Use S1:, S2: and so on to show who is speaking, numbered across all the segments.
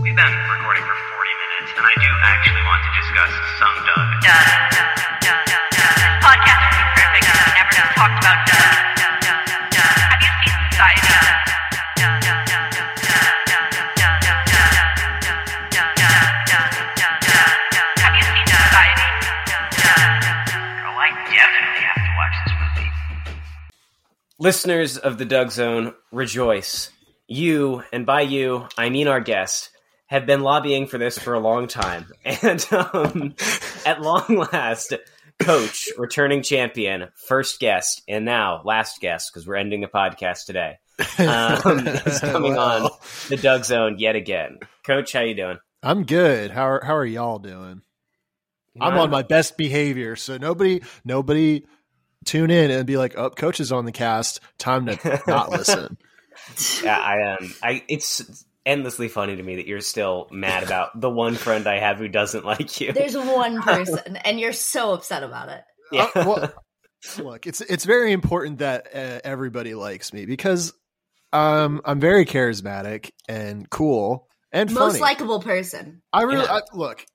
S1: We've been recording for 40 minutes, and I do actually want to discuss some Doug.
S2: Podcast would be perfect if we never talked about Doug. Have you seen Society? Have you seen Society?
S1: Girl, Oh, I definitely have to watch this movie.
S3: Listeners of the Doug Zone, rejoice. You, and by you, I mean our guest, have been lobbying for this for a long time. And um, at long last, coach, returning champion, first guest, and now last guest, because we're ending the podcast today, um, is coming on
S4: Wow.
S3: the Doug Zone yet again. Coach, how you doing?
S4: I'm good. How are how are y'all doing? I'm on my best behavior, so nobody nobody tune in and be like, "Oh, coach is on the cast. Time to not listen."
S3: Yeah, I um, I it's endlessly funny to me that you're still mad about the one friend I have who doesn't like you.
S5: There's one person, and you're so upset about it.
S3: Yeah.
S4: Uh, well, look, it's it's very important that uh, everybody likes me because um, I'm very charismatic and cool and
S5: Most
S4: funny.
S5: likable person.
S4: I really
S3: Yeah.
S4: I, look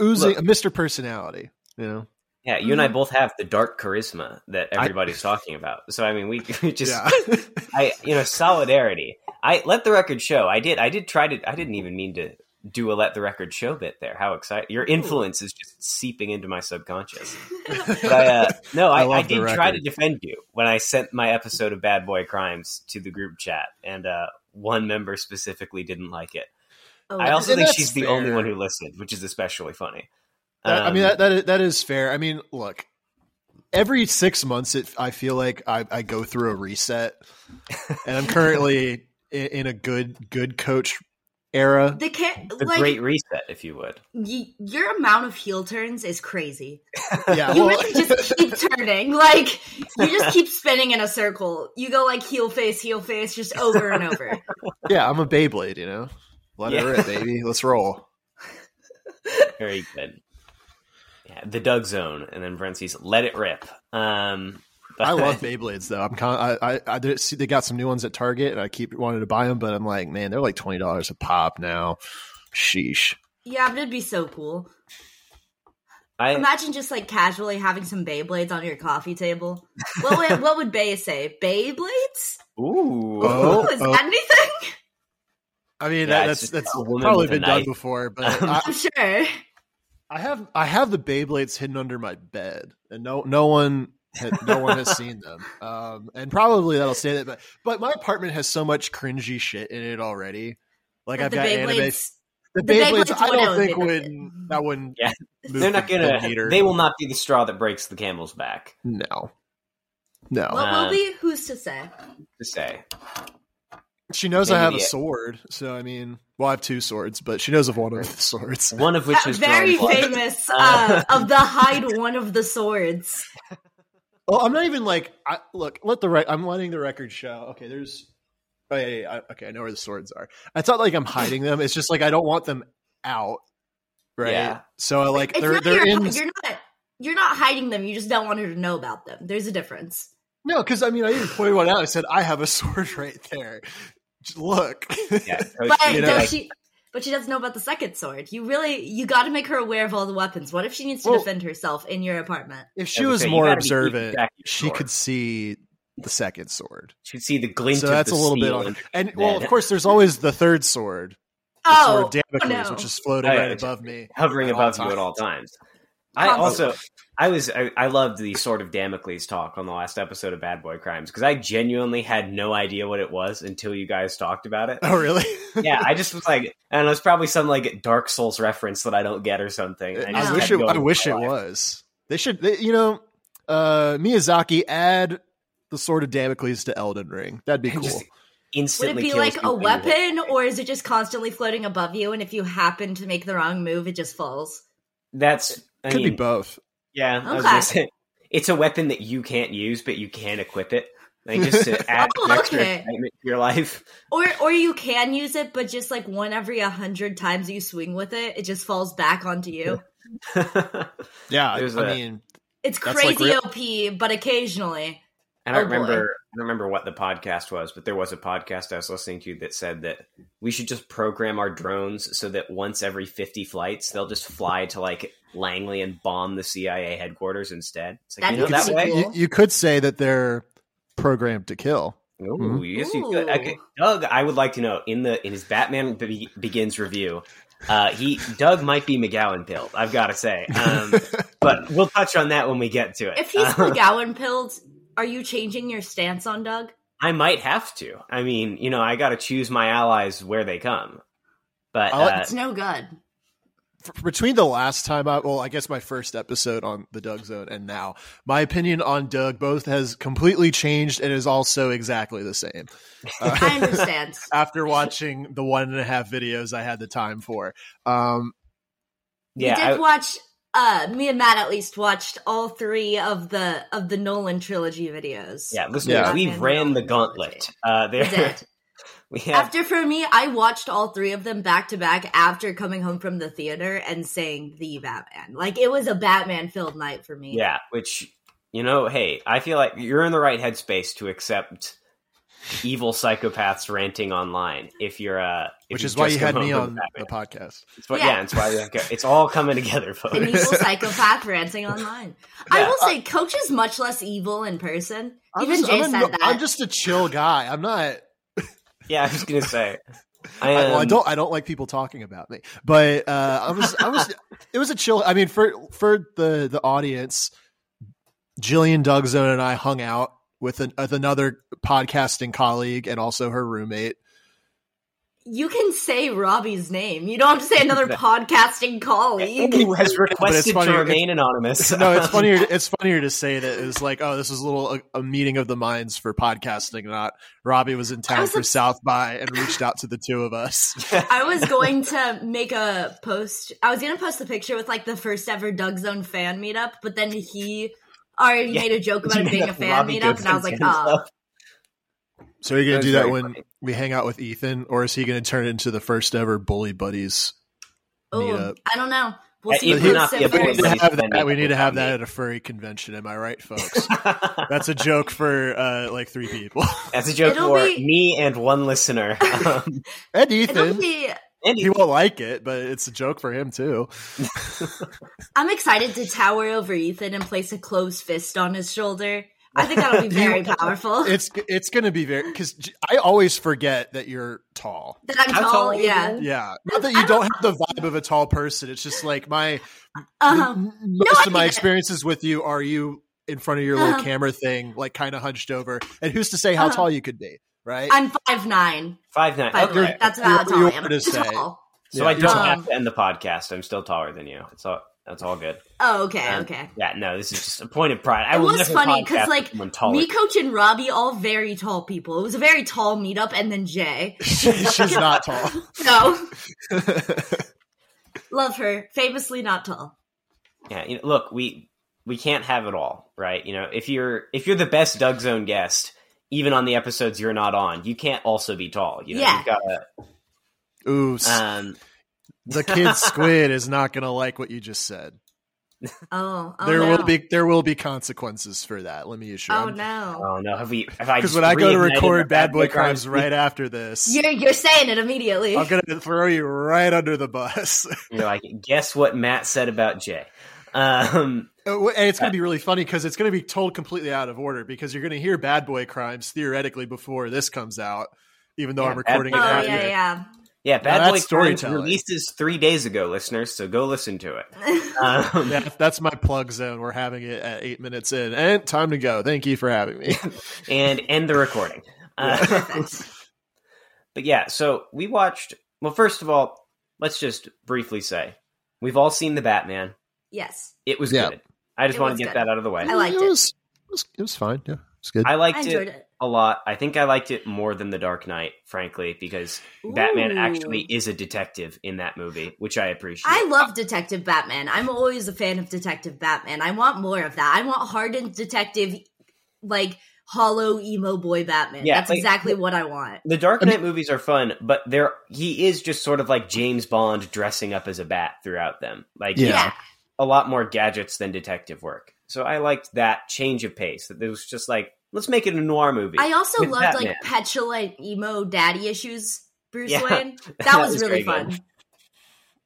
S4: oozing
S3: Look.
S4: Mr. Personality. You know,
S3: Yeah, you
S4: Mm-hmm.
S3: and I both have the dark charisma that everybody's talking about. So I mean, we, we just,
S4: yeah.
S3: I, you know, solidarity. I let the record show. I did. I did try to. I didn't even mean to do a let the record show bit there. How exciting! Your influence is just seeping into my subconscious. But I, uh, no, I,
S4: I
S3: I,
S4: love the
S3: did try to
S4: record.
S3: defend you when I sent my episode of Bad Boy Crimes to the group chat, and uh, one member specifically didn't like it.
S5: Oh,
S3: I also
S4: And
S3: think
S4: that's
S3: she's the only
S4: fair.
S3: one who listened, which is especially funny.
S4: That, I mean,
S3: Um,
S4: that, that is, that is fair. I mean, look, every six months, it I feel like I, I go through a reset, and I'm currently in, in a good good coach era.
S5: the ca-
S3: the
S5: like
S3: great reset, if you would.
S5: y- your amount of heel turns is crazy.
S4: Yeah,
S5: You
S4: well,
S5: really just keep turning, like you just keep spinning in a circle. You go like heel face, heel face, just over and over.
S4: yeah, I'm a Beyblade, you know. Let
S3: Yeah.
S4: her it, rip, baby. Let's roll.
S3: Very good. Yeah, the Doug Zone, and then Brency's Let It Rip. Um,
S4: I love Beyblades though. I'm con- I, I, I did see they got some new ones at Target, and I keep wanting to buy them, but I'm like, man, they're like twenty dollars a pop now. Sheesh.
S5: Yeah, but it'd be so cool.
S3: I,
S5: Imagine just like casually having some Beyblades on your coffee table. What would, what would Bay say? Beyblades?
S3: ooh,
S4: Oh,
S5: Ooh, is
S4: oh.
S5: that anything?
S4: I mean,
S3: Yeah,
S4: that,
S3: it's
S4: that's
S3: just
S4: that's
S3: a woman
S4: probably
S3: with a
S4: been done
S3: knife.
S4: before, but I,
S5: I'm sure.
S4: I have I have the Beyblades hidden under my bed, and no no one had, no one has seen them. Um, and probably that'll say that, but but my apartment has so much cringy shit in it already. Like I've
S5: the
S4: got anime.
S5: Beyblades.
S4: The
S5: the
S4: Beyblades,
S5: Beyblades
S4: I
S5: would
S4: don't
S5: elevate
S4: think
S5: it.
S4: would that wouldn't.
S3: Yeah.
S4: move
S3: they're not
S4: the-
S3: gonna.
S4: the meter.
S3: They will not be the straw that breaks the camel's back.
S4: No, no.
S5: What
S3: Uh,
S5: will be? Who's to say?
S3: To say,
S4: she knows
S3: maybe
S4: I have a
S3: the-
S4: sword, so I mean, well, I have two swords, but she knows of one of the swords.
S3: one of which
S5: That
S3: is
S5: very
S3: drawn blood.
S5: famous
S3: Uh,
S5: uh, of the hide one of the swords.
S4: Oh, I'm not even like I look. Let the right. I'm letting the record show. Okay, there's. Oh yeah, yeah, yeah, okay. I know where the swords are. It's not like I'm hiding them. It's just like I don't want them out. Right.
S3: Yeah.
S4: So I like
S5: It's
S4: they're
S5: not
S4: they're
S5: your,
S4: in.
S5: you're not you're not hiding them. You just don't want her to know about them. There's a difference.
S4: No, because I mean I even pointed one out. I said I have a sword right there. Just look.
S3: Yeah, Coach
S5: But
S3: Lee,
S4: Uh, you know,
S5: though
S3: like,
S5: she but she doesn't know about the second sword. You really you got to make her aware of all the weapons. What if she needs to
S4: Well-
S5: defend herself in your apartment?
S4: if she
S3: I would
S4: was
S3: say you
S4: more
S3: gotta be
S4: observant,
S3: keeping track of your
S4: she
S3: sword.
S4: could see the second sword.
S3: should see the glint.
S4: So
S3: of
S4: that's
S3: the
S4: a little bit
S3: steel
S4: on.
S3: under-
S4: And well,
S3: Yeah.
S4: of course, there's always the third sword, the
S5: Oh,
S4: sword Damocles,
S5: no.
S4: which is floating
S3: Oh, yeah,
S4: right
S3: exactly.
S4: above me,
S3: hovering
S4: at all
S3: above you at all times. I
S5: Constantly.
S3: also, I was, I, I loved the sort of Damocles talk on the last episode of Bad Boy Crimes because I genuinely had no idea what it was until you guys talked about it.
S4: Oh, really?
S3: yeah, I just was like, and it was probably some like Dark Souls reference that I don't get or something. and
S4: I
S3: just
S4: wish
S3: kept
S4: it.
S3: going
S4: I
S3: with
S4: wish
S3: my
S4: it
S3: life.
S4: was. They should. They, you know, uh, Miyazaki add the sword of Damocles to Elden Ring. That'd be
S3: And
S4: cool.
S3: just
S5: Would
S3: Instantly,
S5: it be
S3: kills
S5: like
S3: people
S5: a
S3: in the
S5: weapon, or is it just constantly floating above you? And if you happen to make the wrong move, it just falls.
S3: That's I
S4: Could
S3: mean,
S4: be both.
S3: yeah. I was
S5: Okay.
S3: gonna say, it's a weapon that you can't use, but you can equip it. Like just to add
S5: Oh,
S3: an extra
S5: okay.
S3: excitement to your life.
S5: Or or you can use it, but just like one every a hundred times you swing with it, it just falls back onto you.
S3: I
S4: Yeah, I
S3: There's
S4: I
S3: a-
S4: mean,
S5: It's
S4: That's like
S5: crazy OP, but occasionally.
S3: I don't
S5: Oh, boy.
S3: remember I don't remember what the podcast was, but there was a podcast I was listening to that said that we should just program our drones so that once every 50 flights, they'll just fly to like Langley and bomb the CIA headquarters instead. It's like,
S5: That'd
S3: you know,
S5: be
S3: that
S5: pretty
S3: way.
S5: cool.
S4: You, you could say that they're programmed to kill.
S3: Ooh, yes, you could. I could- Doug, I would like to know in the in his Batman Be- Begins review, uh, he Doug might be McGowan pilled. I've got to say, um, but we'll touch on that when we get to it.
S5: If he's
S3: Um,
S5: McGowan pilled, are you changing your stance on Doug?
S3: I might have to. I mean, you know, I got to choose my allies where they come. But
S4: I'll-
S3: uh,
S5: Oh, It's no good.
S4: F- Between the last time I, well, I guess my first episode on the Doug Zone and now, my opinion on Doug both has completely changed and is also exactly the same.
S5: I understand.
S4: After watching the one and a half videos I had the time for, um,
S3: yeah,
S5: we
S3: I-
S5: did watch. Uh, me and Matt at least watched all three of the of the Nolan trilogy videos.
S3: yeah, listeners,
S4: Yeah.
S3: we
S5: Batman
S3: ran the
S5: Beyond.
S3: gauntlet. Uh,
S5: um, We
S3: there,
S5: did.
S3: we have
S5: After for me, I watched all three of them back to back after coming home from the theater and saying the Batman. Like it was a Batman filled night for me.
S3: Yeah, which you know, hey, I feel like you're in the right headspace to accept evil psychopaths ranting online. If you're, uh, if
S4: which
S3: you've
S4: is why
S3: just
S4: you
S3: come
S4: had
S3: home
S4: me
S3: from
S4: on
S3: Batman.
S4: the podcast.
S3: It's what, yeah.
S5: Yeah.
S3: it's why we have to- it's all coming together,
S5: An evil
S3: folks.
S5: psychopath ranting online. I
S3: Yeah.
S5: will say, Coach is much less evil in person.
S4: I'm
S5: Even
S4: just,
S5: Jay
S4: I'm, a-
S5: said that.
S4: I'm just a chill guy. I'm not.
S3: yeah, I was gonna say. I,
S4: I, well, I
S3: um,
S4: don't. I don't like people talking about me. But uh, I was. I was. it was a chill. I mean, for for the the audience, Jillian Dugzone and I hung out with an, with another podcasting colleague and also her roommate.
S5: you can say Robbie's name. You don't have to say another podcasting colleague.
S3: Who has requested to
S4: funnier-
S3: remain anonymous?
S4: No, it's funnier. It's funnier to say that it's like, oh, this is a little a, a meeting of the minds for podcasting. Not Robbie was in town
S5: was
S4: for
S5: obs-
S4: South by and reached out to the two of us.
S5: I was going to make a post. I was going to post the picture with like the first ever Doug Zone fan meetup, but then he already
S3: Yeah.
S5: made a joke about it being a fan
S3: Robbie
S5: meetup,
S3: Goodson
S5: and I was like,
S3: fan
S5: oh,
S3: stuff.
S4: So are you going
S3: That's
S4: to do that
S3: very
S4: when
S3: funny.
S4: we hang out with Ethan, or is he going to turn it into the first ever bully buddies?
S5: oh,
S4: meetup.
S5: I don't know. We'll
S3: Yeah,
S5: see
S3: it
S5: who
S3: would not
S5: sits
S3: be a
S4: We
S3: bully
S4: need
S5: first.
S4: to
S3: buddies
S4: have
S3: fan
S4: that. We
S3: meetup
S4: need to have
S3: without
S4: that
S3: me.
S4: at a furry convention. Am I right, folks? That's a joke for uh, like three people.
S3: That's a joke
S5: It'll
S3: for
S5: be-
S3: me and one listener. Um,
S4: and
S5: It'll
S4: Ethan,
S5: be.
S3: and
S4: he won't like it, but it's a joke for him too.
S5: I'm excited to tower over Ethan and place a closed fist on his shoulder. I think that'll be very powerful.
S4: It's it's going to be very because I always forget that you're tall.
S5: that I'm
S3: How
S5: tall,
S3: tall are you
S5: yeah.
S3: again?
S4: Yeah, not that you don't have the vibe of a tall person. It's just like my
S5: Um,
S4: m- most
S5: I
S4: of my
S5: get it.
S4: experiences with you are you in front of your little
S5: Uh-huh.
S4: camera thing, like kind of hunched over. And who's to say how
S5: Uh-huh.
S4: tall you could be, right?
S5: I'm five nine.
S3: five nine.
S5: Five
S3: okay.
S5: nine. That's about how
S4: You- you
S5: tall I am.
S4: were to
S5: It's
S4: say.
S5: tall.
S3: So
S4: Yeah,
S3: I
S4: you're
S3: don't
S5: tall.
S3: have to end the podcast. I'm still taller than you. It's all that's all good.
S5: Oh, okay,
S3: Um,
S5: okay.
S3: Yeah, no, this is just a point of pride. I
S5: It
S3: will
S5: was
S3: never
S5: funny, 'cause,
S3: podcast with
S5: like,
S3: someone taller.
S5: Me, Coach, and Robbie, all very tall people. It was a very tall meetup, and then Jay.
S4: She's not tall.
S5: No. Love her. Famously not tall.
S3: yeah, you know, look, we we can't have it all, right? You know, if you're if you're the best Doug Zone guest, even on the episodes you're not on, you can't also be tall. You know,
S5: Yeah.
S3: you've got
S4: Ooh, s-
S3: to. Um,
S4: the kid squid is not going to like what you just said.
S5: Oh, oh
S4: there
S5: no.
S4: will be there will be consequences for that. Let me assure
S5: Oh
S4: you.
S5: no.
S3: oh no, have we? Have I?
S4: Because
S3: just
S4: when I go to
S3: reignited the
S4: record Bad Boy
S3: Crimes
S4: Crimes right after this,
S5: You're you're saying it immediately.
S4: I'm going to throw you right under the bus. Uh,
S3: You're like, guess what Matt said about Jay. Um,
S4: Oh, And it's going to be really funny because it's going to be told completely out of order because you're going to hear Bad Boy Crimes theorectically before this comes out, even though
S3: Yeah,
S4: I'm
S3: Bad
S4: recording
S5: Oh
S4: it
S3: Boy
S5: yeah,
S4: after.
S5: yeah.
S3: yeah, Bad
S4: that's
S3: Boy Crimes
S4: storytelling.
S3: releases three days ago, listeners. So go listen to it. Um,
S4: Yeah, that's my plug zone. We're having it at eight minutes in, and time to go. Thank you for having me.
S3: and end the recording. Uh, but yeah, so we watched. Well, first of all, let's just briefly say we've all seen the Batman.
S5: Yes.
S3: It was
S4: Yeah.
S3: good. I just
S5: It
S3: want
S5: was
S3: to get
S5: good.
S3: that out of the way.
S5: I liked
S4: it.
S5: it.
S4: Was, it was it was fine. Yeah, it's good.
S3: I
S5: I
S3: liked
S5: enjoyed
S3: it
S5: it.
S3: a lot. I think I liked it more than The Dark Knight, frankly, because Batman
S5: Ooh.
S3: actually is a detective in that movie, which I appreciate.
S5: I love Detective Batman. I'm always a fan of Detective Batman. I want more of that. I want hardened detective, like hollow emo boy Batman.
S3: Yeah,
S5: That's
S3: like-
S5: exactly what I want.
S3: the Dark
S4: I
S3: Knight movies are fun, but there he is just sort of like James Bond dressing up as a bat throughout them. Like
S4: Yeah.
S5: Yeah.
S3: a lot more gadgets than detective work. So I liked that change of pace. That there was just like Let's make it a noir movie.
S5: I also
S3: With
S5: loved
S3: Batman.
S5: like petulant emo daddy issues. Bruce
S3: Yeah,
S5: Wayne. That,
S3: that
S5: was,
S3: was very
S5: really fun.
S3: good.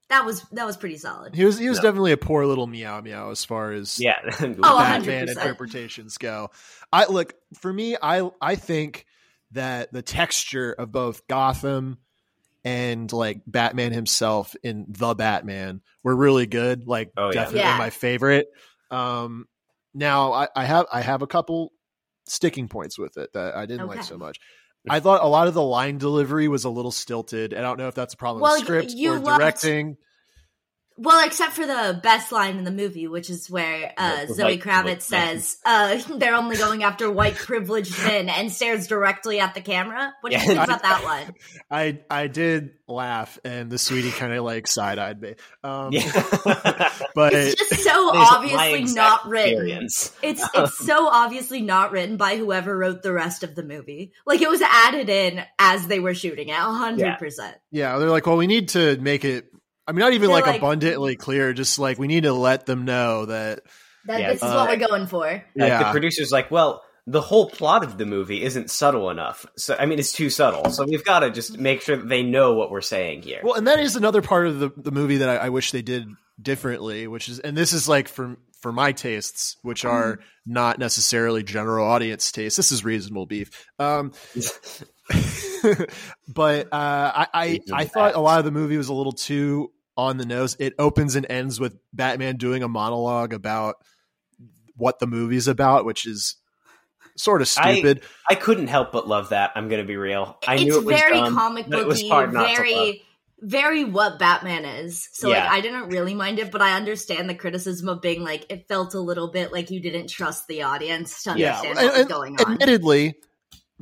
S5: That was that was pretty solid.
S4: He was he was
S3: No.
S4: definitely a poor little meow meow as far as
S3: yeah.
S5: Oh, a hundred
S4: Batman
S5: percent.
S4: interpretations go. I look for me. I I think that the texture of both Gotham and like Batman himself in the Batman were really good. Like
S3: Oh, yeah.
S4: definitely
S5: Yeah.
S4: my favorite. Um, now I, I have I have a couple sticking points with it that I didn't like
S5: Okay.
S4: so much. I thought a lot of the line delivery was a little stilted. and I don't know if that's a problem
S5: Well,
S4: with script
S5: you
S4: or
S5: loved-
S4: directing.
S5: Well, except for the best line in the movie, which is where uh,
S3: Like-
S5: Zoe
S3: like-
S5: Kravitz
S3: like-
S5: says, uh, "They're only going after white privileged men," and stares directly at the camera. What do you
S3: Yeah.
S5: think about that line?
S4: I I did laugh, and the sweetie kind of like side eyed me. Um,
S3: yeah.
S4: But
S5: It's just so
S3: There's my
S5: obviously
S3: exact
S5: not written.
S3: Experience.
S5: It's it's so obviously not written by whoever wrote the rest of the movie. Like it was added in as they were shooting it, hundred percent.
S4: yeah, they're like, well, we need to make it. I mean, not even
S5: They're
S4: like,
S5: like-
S4: abundantly clear. Just like we need to let them know that.
S5: That
S3: Yeah.
S5: this is what we're going for.
S3: Like
S4: yeah,
S3: the producer's like, well, the whole plot of the movie isn't subtle enough. So I mean, it's too subtle. So we've got to just make sure that they know what we're saying here.
S4: Well, and that is another part of the, the movie that I, I wish they did differently, which is, and this is like for for my tastes, which are not necessarily general audience tastes. This is reasonable beef. Um, but uh, I I, I
S3: Reasonable
S4: thought a lot of the movie was a little too on the nose. It opens and ends with Batman doing a monologue about what the movie's about, which is sort of
S3: I-
S4: stupid.
S3: I couldn't help but love that. I'm going to be real. I
S5: it's
S3: knew it was
S5: very
S3: dumb,
S5: comic
S3: but it was
S5: booky,
S3: hard not to love.
S5: very very what Batman is. So like
S3: Yeah.
S5: I didn't really mind it, but I understand the criticism of being like it felt a little bit like you didn't trust the audience to
S4: Yeah, and-
S5: understand what was
S4: and-
S5: going on.
S4: admittedly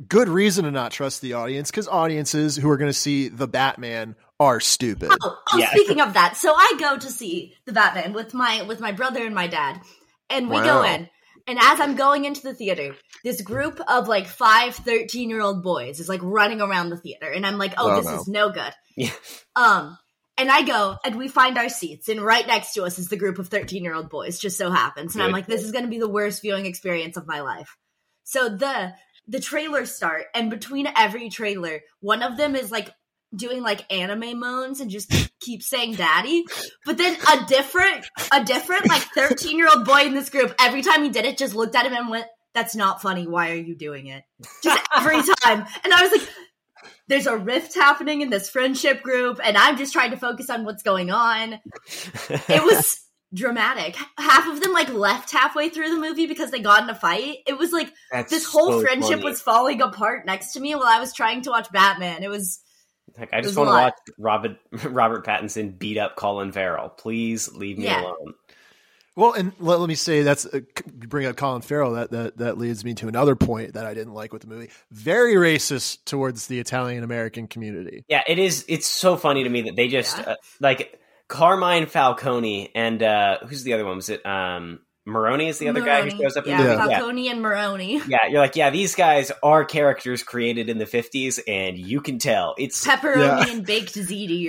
S4: good reason to not trust the audience because audiences who are going to see the batman are stupid
S5: Oh, oh
S3: Yeah.
S5: speaking of that, so I go to see the Batman with my with my brother and my dad, and we
S4: Wow.
S5: go in. And as I'm going into the theater, this group of like five 13 year old boys is like running around the theater. And I'm like, oh,
S4: Oh,
S5: this
S4: no.
S5: is no good.
S3: Yeah.
S5: Um, and I go and we find our seats, and right next to us is the group of 13 year old boys, just so happens. And I'm
S3: Good.
S5: like, this is going to be the worst viewing experience of my life. So the the trailers start, and between every trailer, one of them is like doing like anime moans and just keep saying daddy. But then a different, a different like 13 year old boy in this group, every time he did it, just looked at him and went, that's not funny. Why are you doing it? Just every time. And I was like, there's a rift happening in this friendship group, and I'm just trying to focus on what's going on. It was dramatic. Half of them like left halfway through the movie because they got in a fight. It was like
S3: That's
S5: this whole
S3: so
S5: friendship
S3: funny.
S5: was falling apart next to me while I was trying to watch Batman. It was
S3: Like, I
S5: was
S3: just
S5: a
S3: want to
S5: lot.
S3: watch Robert Robert Pattinson beat up Colin Farrell. Please leave me
S5: Yeah.
S3: alone.
S4: well and let, let me say that's uh, c- you bring up colin farrell that, that that leads me to another point that i didn't like with the movie very racist towards the italian american community
S3: Yeah, it is. It's so funny to me that they just
S5: Yeah.
S3: uh, like Carmine Falcone and uh who's the other one? Was it um Maroni? Is the other guy who
S5: Maroney.
S3: shows up?
S5: Yeah,
S3: in the movie? yeah,
S5: Falcone and Maroney.
S3: Yeah, you're like, yeah, these guys are characters created in the 50s, and you can tell. It's
S5: Pepperoni
S4: Yeah.
S5: and baked ziti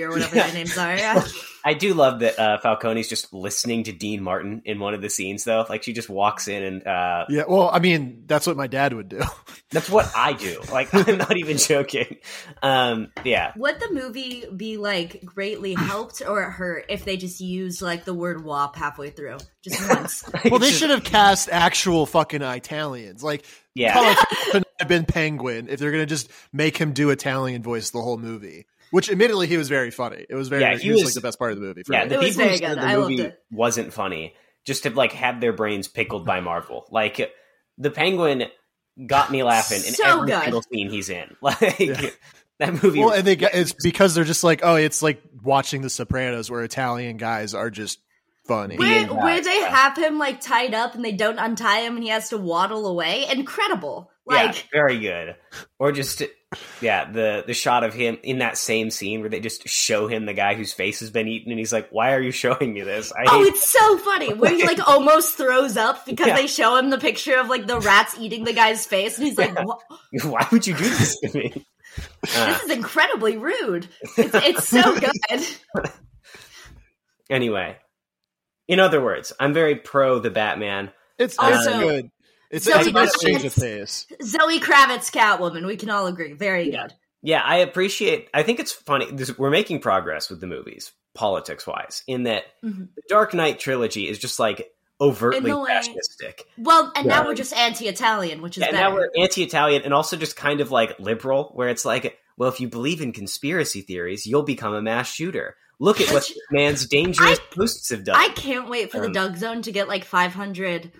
S5: or whatever
S3: Yeah.
S5: their names are. Yeah.
S3: I do love that uh, Falcone's just listening to Dean Martin in one of the scenes, though. Like she just walks in, and uh,
S4: yeah well i mean that's what my dad would do
S3: that's what I do. Like I'm not even joking. Um, yeah,
S5: Would the movie be like greatly helped or hurt if they just used like the word "wop" halfway through, just once?
S4: well they should have cast actual fucking italians like
S3: Yeah.
S4: colin Farrell could not have been penguin if they're going to just make him do italian voice the whole movie which admittedly he was very funny it was very
S3: Yeah,
S4: he,
S3: he
S4: was, like
S3: was-
S4: the best part of the movie for
S3: Yeah,
S4: me.
S3: the
S5: It was
S3: people who
S5: very
S3: said
S5: good.
S3: the
S5: I loved
S3: movie
S5: it.
S3: wasn't funny just have like had their brains pickled by Marvel. Like the Penguin got me laughing in
S5: So
S3: every
S5: good.
S3: single scene he's in. Like
S4: Yeah.
S3: that movie.
S4: Well, and they get, it's because they're just like, oh, it's like watching The Sopranos, where Italian guys are just funny.
S5: Where
S3: that,
S5: where they
S3: yeah.
S5: have him like tied up and they don't untie him and he has to waddle away? Incredible! Like
S3: yeah, very good. Or just yeah, the the shot of him in that same scene where they just show him the guy whose face has been eaten, and he's like, "Why are you showing me this?" I
S5: Oh,
S3: hate
S5: it's so funny. Where he like almost throws up because
S3: Yeah.
S5: they show him the picture of like the rats eating the guy's face, and he's like, "Wha-
S3: why would you do this to me?" Uh,
S5: "This is incredibly rude." It's, it's so good.
S3: anyway, in other words, I'm very pro the Batman.
S4: It's, it's
S5: Also-
S4: good. It's,
S5: So
S4: it's a
S5: we
S4: nice
S5: just-
S4: change of pace.
S5: Zoe Kravitz, Catwoman. We can all agree. Very
S3: Yeah.
S5: good.
S3: Yeah, I appreciate. I think it's funny. This, we're making progress with the movies, politics wise, in that
S5: Mhm.
S3: the Dark Knight trilogy is just like overtly
S5: In the way-
S3: fascistic.
S5: Well, and now
S4: Yeah.
S5: we're just anti-Italian, which is
S3: Yeah, and
S5: better.
S3: now we're anti-Italian and also just kind of like liberal, where it's like, well, if you believe in conspiracy theories, you'll become a mass shooter. Look at what
S5: Which-
S3: this man's dangerous posts have done.
S5: I can't wait for the
S3: Um,
S5: Doug Zone to get like 500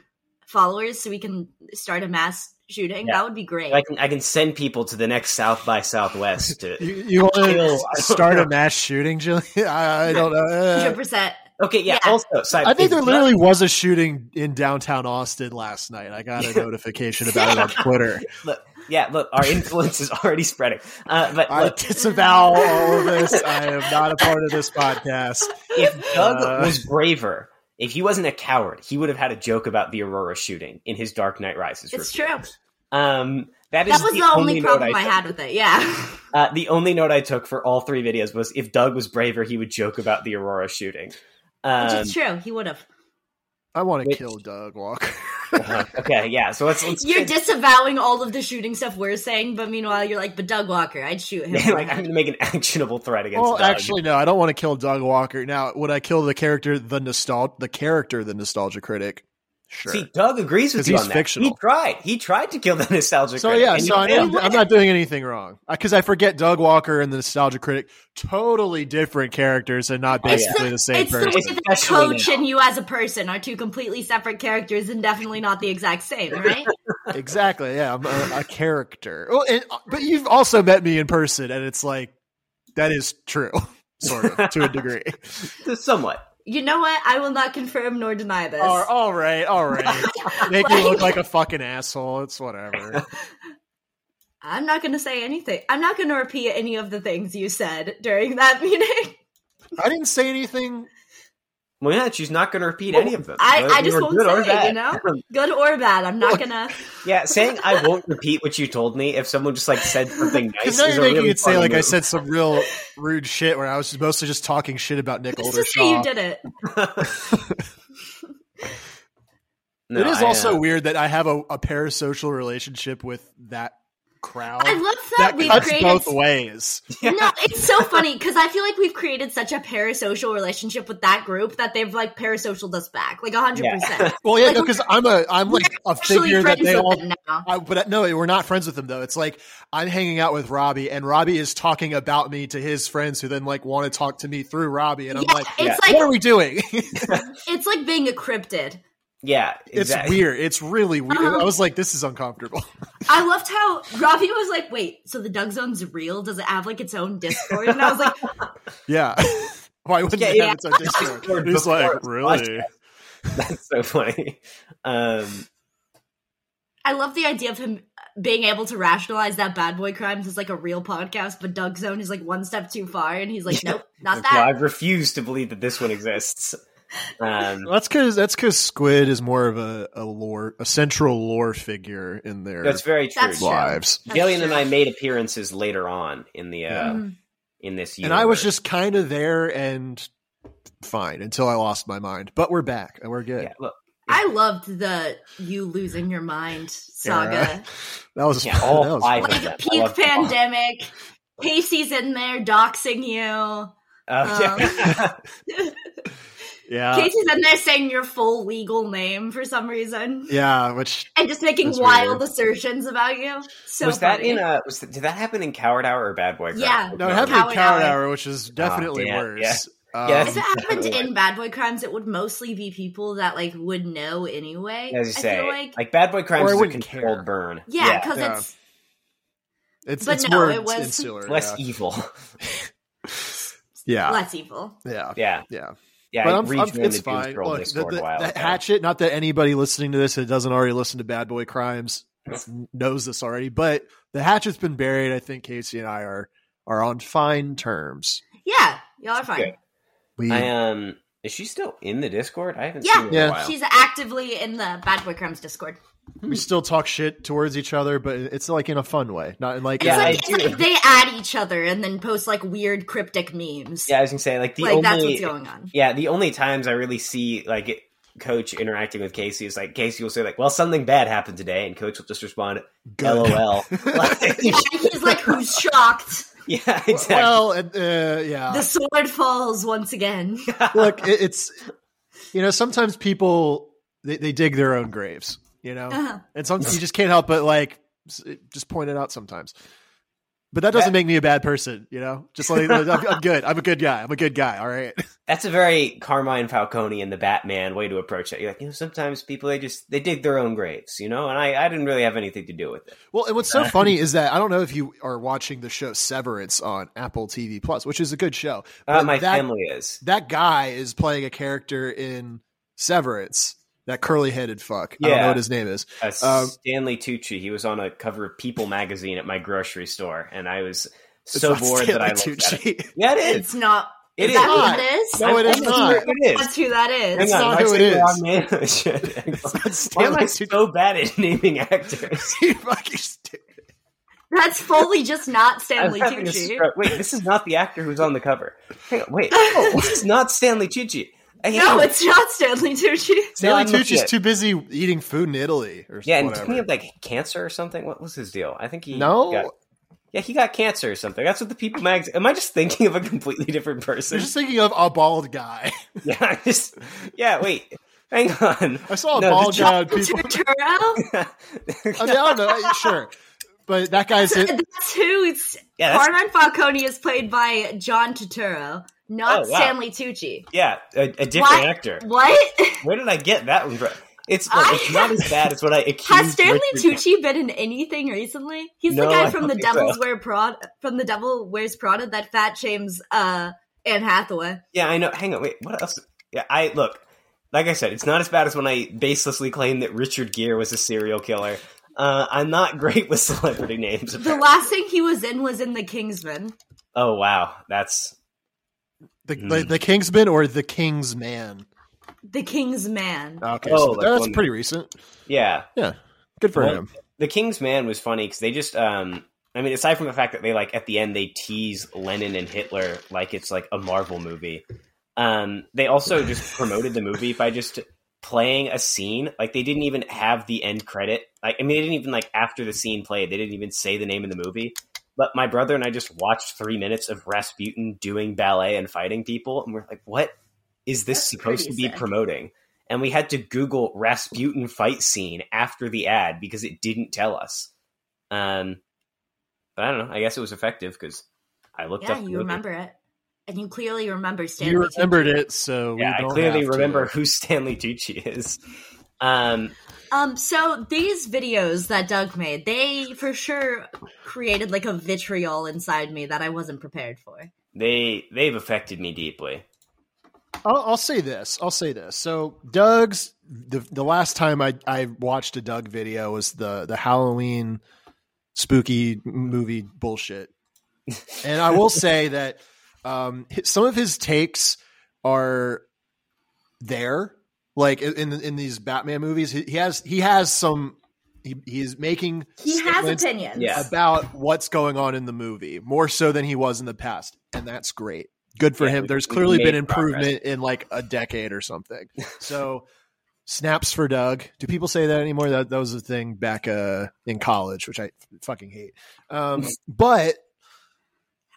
S5: followers so we can start a mass shooting.
S3: Yeah.
S5: That would be great.
S3: I can I can send people to the next South by Southwest. To,
S4: You, you want to
S3: Ew, I don't
S4: start a
S3: know.
S4: mass shooting, Jillian? I, I don't know. Uh,
S5: 100%.
S3: okay, yeah.
S5: Yeah.
S3: Also, side,
S4: I think there
S3: it's
S4: literally was a shooting in downtown Austin last night. I got a notification about it on Twitter.
S3: not- look, yeah, look, our influence is already spreading. Uh, but
S4: I
S3: look,
S4: disavow all of this. I am not a part of this podcast.
S3: if Doug
S4: Uh,
S3: was braver, if he wasn't a coward, he would have had a joke about the Aurora shooting in his Dark Knight Rises.
S5: It's
S3: review.
S5: true.
S3: Um, that is
S5: That was the, only
S3: note
S5: problem I,
S3: took.
S5: had with it. Yeah.
S3: Uh, the only note I took for all three videos was if Doug was braver, he would joke about the Aurora shooting.
S5: Which
S3: Um,
S5: is true. He would have.
S4: I want to
S3: Wait.
S4: kill Doug Walker.
S3: uh, okay, yeah. So let's. let's
S5: You're disavowing all of the shooting stuff we're saying, but meanwhile, you're like, but Doug Walker, I'd shoot him.
S3: like I'm going to make an actionable threat against.
S4: Well,
S3: Doug.
S4: actually, no. I don't want to kill Doug Walker. Now, would I kill the character, the nostal, the character, the nostalgia critic? Sure.
S3: see, Doug agrees with
S4: 'Cause
S3: you
S4: he's
S3: on that.
S4: fictional.
S3: He tried. He tried to kill the nostalgic.
S4: so
S3: critic,
S4: yeah,
S3: and he
S4: so I,
S3: failed.
S4: am I'm not doing anything wrong because I forget Doug Walker and the nostalgia critic, totally different characters and not
S3: yeah.
S4: basically the same
S5: it's the
S4: person.
S5: way that
S3: Especially
S5: coach
S3: now.
S5: and you as a person are two completely separate characters and definitely not the exact same, right?
S4: exactly. Yeah, I'm a, a character. Well, and, uh, but you've also met me in person, and it's like that is true, sort of to a degree.
S3: somewhat.
S5: you know what? I will not confirm nor deny this.
S4: Or, all right, all right. Make me look like a fucking asshole. It's whatever.
S5: I'm not going to say anything. I'm not going to repeat any of the things you said during that meeting.
S4: I didn't say anything.
S3: Well, yeah, she's not going to repeat any of them.
S5: I-
S3: Whether
S5: I
S3: they
S5: just
S3: were
S5: won't
S3: good or
S5: say,
S3: bad.
S5: you know? Good or bad, I'm not going to.
S3: yeah, saying I won't repeat what you told me if someone just like said something nice.
S4: Because now
S3: is
S4: you're
S3: a
S4: making
S3: really
S4: it say
S3: funny
S4: like I
S3: move.
S4: said some real rude shit where I was mostly just talking shit about Nick
S5: Let's just say you
S4: Oldershaw.
S5: did it.
S3: No,
S4: it is
S3: I,
S4: also
S3: uh,
S4: weird that I have a, a parasocial relationship with that crowd.
S5: I love that,
S4: that
S5: we've
S4: cuts
S5: created.
S4: both ways.
S5: No, it's so funny because I feel like we've created such a parasocial relationship with that group that they've like parasocialed us back, like hundred percent.
S4: Well, yeah,
S5: Like,
S4: because I'm a I'm like a
S5: Actually,
S4: figure that
S5: friends
S4: they
S5: with
S4: all
S5: them now.
S4: I, but uh, no, we're not friends with him though. It's like I'm hanging out with Robbie, and Robbie is talking about me to his friends, who then like want to talk to me through Robbie, and I'm
S5: Yeah,
S4: like,
S5: it's
S4: "What are
S5: like
S4: we doing?"
S5: it's like being a cryptid.
S3: yeah,
S4: it's
S3: exactly.
S4: weird. It's really weird.
S5: Uh-huh.
S4: I was like, "This is uncomfortable."
S5: I loved how Ravi was like, "Wait, so the Doug Zone's real? Does it have like its own Discord?" And I was like,
S4: yeah, why wouldn't
S3: Yeah,
S4: it
S3: yeah.
S4: have its own Discord?
S3: Discord
S4: He's
S3: before
S4: like,
S3: it's
S4: "Really?"
S3: That's so funny. Um,
S5: I love the idea of him being able to rationalize that Bad Boy Crimes is like a real podcast, but Doug Zone is like one step too far, and he's like, "Nope, not
S3: no, I
S5: that."
S3: refuse to believe that this one exists. Um,
S4: That's because that's because Squid is more of a, a lore, a central lore figure in their
S3: that's very true.
S5: That's true.
S4: lives.
S5: That's
S3: Jillian and
S5: true.
S3: I made appearances later on in the uh,
S5: Mhm.
S3: in this year,
S4: and I was just kind of there and fine until I lost my mind. But we're back and we're good.
S3: yeah, look,
S5: I loved the you losing your mind saga.
S4: Era. That was
S3: Yeah, all
S4: that was
S3: five.
S4: fun.
S5: Like
S3: I
S5: peak
S3: loved it.
S5: pandemic, Casey's in there doxing you.
S3: uh, yeah. Uh,
S4: Yeah,
S5: Casey's in there saying your full legal name for some reason.
S4: yeah. Which
S5: And just making
S4: That's
S5: wild
S4: weird.
S5: assertions about you. So
S3: was that
S5: funny.
S3: in uh was that, did that happen in Coward Hour or Bad Boy? Cry?
S5: Yeah.
S4: no, it happened
S5: Coward
S4: in Coward
S5: Hour.
S4: Hour, which is definitely
S3: Oh, damn,
S4: worse. Um,
S3: Yes.
S5: if it happened
S3: Definitely.
S5: in Bad Boy Crimes, it would mostly be people that like would know anyway.
S3: as you
S5: I
S3: say,
S5: feel
S3: like,
S5: like,
S3: Bad Boy
S4: Or I
S3: Crimes is a
S4: wouldn't
S3: controlled
S4: care.
S3: burn.
S5: yeah, because
S4: yeah.
S5: it's
S4: it's
S5: but
S4: it's
S5: no,
S4: more
S5: it was
S4: insular.
S3: less
S4: yeah.
S3: evil.
S4: yeah.
S5: less evil.
S4: yeah,
S3: Yeah,
S4: yeah.
S3: yeah.
S4: But
S3: I
S4: I'm, I'm,
S3: rejoined
S4: it's
S3: the Doom
S4: fine.
S3: Scroll
S4: Look, the,
S3: Discord a
S4: the,
S3: while
S4: the
S3: ago.
S4: hatchet. Not that anybody listening to this that doesn't already listen to Bad Boy Crimes knows this already, but the hatchet's been buried. I think Casey and I are are on fine terms.
S5: Yeah, y'all are fine.
S3: Good.
S4: We
S3: I um, is she still in the Discord? I haven't
S5: Yeah.
S3: seen her in
S4: Yeah.
S3: a while.
S5: She's actively in the Bad Boy Crimes Discord.
S4: we still talk shit towards each other, but it's like in a fun way, not in like
S5: It's
S3: Yeah,
S5: like
S3: I
S5: it's
S3: do.
S5: like they add each other and then post like weird cryptic memes.
S3: yeah, I was gonna say like the
S5: like
S3: only
S5: that's what's going on.
S3: Yeah, the only times I really see like it, Coach interacting with Casey is like Casey will say like, "Well, something bad happened today," and Coach will just respond,
S4: Good.
S3: "LOL." Like,
S5: Yeah, he's like, who's shocked?
S3: yeah, exactly.
S4: Well, and, uh, yeah.
S5: The sword falls once again.
S4: Look, it, it's you know sometimes people they, they dig their own graves, you know,
S5: Uh-huh.
S4: and some you just can't help but like s- just point it out sometimes. But that doesn't make me a bad person, you know. Just like I'm, I'm good. I'm a good guy. I'm a good guy. All right.
S3: That's a very Carmine Falcone and the Batman way to approach it. You're like, you know, sometimes people they just they dig their own graves, you know, and I I didn't really have anything to do with it.
S4: Well, and what's so funny is that I don't know if you are watching the show Severance on Apple TV Plus, which is a good show.
S3: Uh,
S4: But
S3: my
S4: that-
S3: family is.
S4: That guy is playing a character in Severance. That curly-headed fuck. I don't know
S3: Yeah.
S4: what his name is.
S3: Uh,
S4: Um,
S3: Stanley Tucci. He was on a cover of People magazine at my grocery store, and I was
S4: It's
S3: so
S4: not
S3: bored that I looked
S4: Stanley
S3: at it.
S4: Tucci.
S3: Yeah, it is.
S5: It's not.
S3: It
S5: is
S3: is.
S5: that
S4: not.
S5: who it is?
S4: No, it is
S5: That's
S4: not.
S5: who-
S3: It is.
S5: That's who that is.
S3: Hang
S4: It's
S3: on,
S4: not
S3: am I
S4: who it
S3: saying the
S4: is.
S3: wrong name? Shit. Why am I so bad at naming actors?
S4: You fucking stupid.
S5: That's fully just not Stanley
S3: I'm having a
S5: Tucci.
S3: stroke. Wait, this is not the actor who's on the cover. Hang on, wait, oh, this is not Stanley Tucci. I hate
S5: No,
S3: him.
S5: it's not Stanley Tucci.
S4: Stanley
S3: I'm looking
S4: Tucci's
S3: at-
S4: too busy eating food in Italy or
S3: Yeah, and
S4: whatever.
S3: didn't he have like cancer or something? What was his deal? I think he
S4: no,
S3: got- yeah, he got cancer or something. That's what the people mags. Am I just thinking of a completely different person?
S4: I'm just thinking of a bald guy.
S3: yeah, I just yeah. Wait, hang on.
S4: I saw a
S3: No,
S4: bald
S3: the-
S4: guy on people.
S5: Turturro?
S4: I, mean, I don't know, sure, but that guy's it.
S5: That's who it's.
S3: Yeah, that's-
S5: Carmine Falcone is played by John Turturro, not
S3: Oh, wow.
S5: Stanley Tucci.
S3: Yeah, a, a different
S5: Why-
S3: actor.
S5: What?
S3: Where did I get that one from? It's, look,
S5: I-
S3: it's not as bad as what I accused.
S5: Has Stanley
S3: Richard-
S5: Tucci been in anything recently? He's
S3: No,
S5: the
S3: I
S5: guy from
S3: don't
S5: the
S3: think so.
S5: Devil's Wear Prada, from the Devil Wears Prada that fat shames uh Anne Hathaway.
S3: Yeah, I know. Hang on, wait. What else? Yeah, I look. Like I said, it's not as bad as when I baselessly claimed that Richard Gere was a serial killer. Uh, I'm not great with celebrity names.
S5: The last thing he was in was in The Kingsman.
S3: Oh wow, that's
S4: The,
S3: Hmm.
S4: the, the Kingsman or the King's Man.
S5: The King's Man.
S4: Okay,
S3: Oh,
S4: so
S3: like
S4: that's
S3: one-
S4: pretty recent.
S3: yeah.
S4: Good for
S3: Well,
S4: him.
S3: The King's Man was funny because they just, um, I mean, aside from the fact that they like at the end they tease Lenin and Hitler like it's like a Marvel movie. Um, they also just promoted the movie by just playing a scene. Like they didn't even have the end credit. Like I mean, they didn't even like after the scene played, they didn't even say the name of the movie. But my brother and I just watched three minutes of Rasputin doing ballet and fighting people, and we're like, "What is this
S5: That's
S3: supposed to
S5: pretty
S3: be
S5: sick.
S3: promoting?" and we had to Google Rasputin fight scene after the ad because it didn't tell us. Um, but I don't know. I guess it was effective because I looked
S5: Yeah,
S3: up. the
S5: you
S3: movie.
S5: remember it, and you clearly remember Stanley.
S4: You
S5: Tucci.
S4: remembered it, so
S3: Yeah,
S4: we
S3: I
S4: don't
S3: clearly
S4: have to.
S3: remember who Stanley Tucci is. Um,
S5: Um, so these videos that Doug made, they for sure created like a vitriol inside me that I wasn't prepared for.
S3: they they've affected me deeply.
S4: I'll, I'll say this. I'll say this. So Doug's the the last time I I watched a Doug video was the the Halloween spooky movie bullshit, and I will say that um hi- some of his takes are there, like in in, in these Batman movies. He, he has he has some. He, he is making
S5: He has
S4: statements
S5: opinions.
S3: Yeah.
S4: about what's going on in the movie more so than he was in the past and that's great good for
S3: Yeah,
S4: him there's
S3: we've
S4: clearly
S3: made
S4: been
S3: progress.
S4: improvement in like a decade or something so snaps for doug do people say that anymore that, that was a thing back uh in college which i fucking hate um but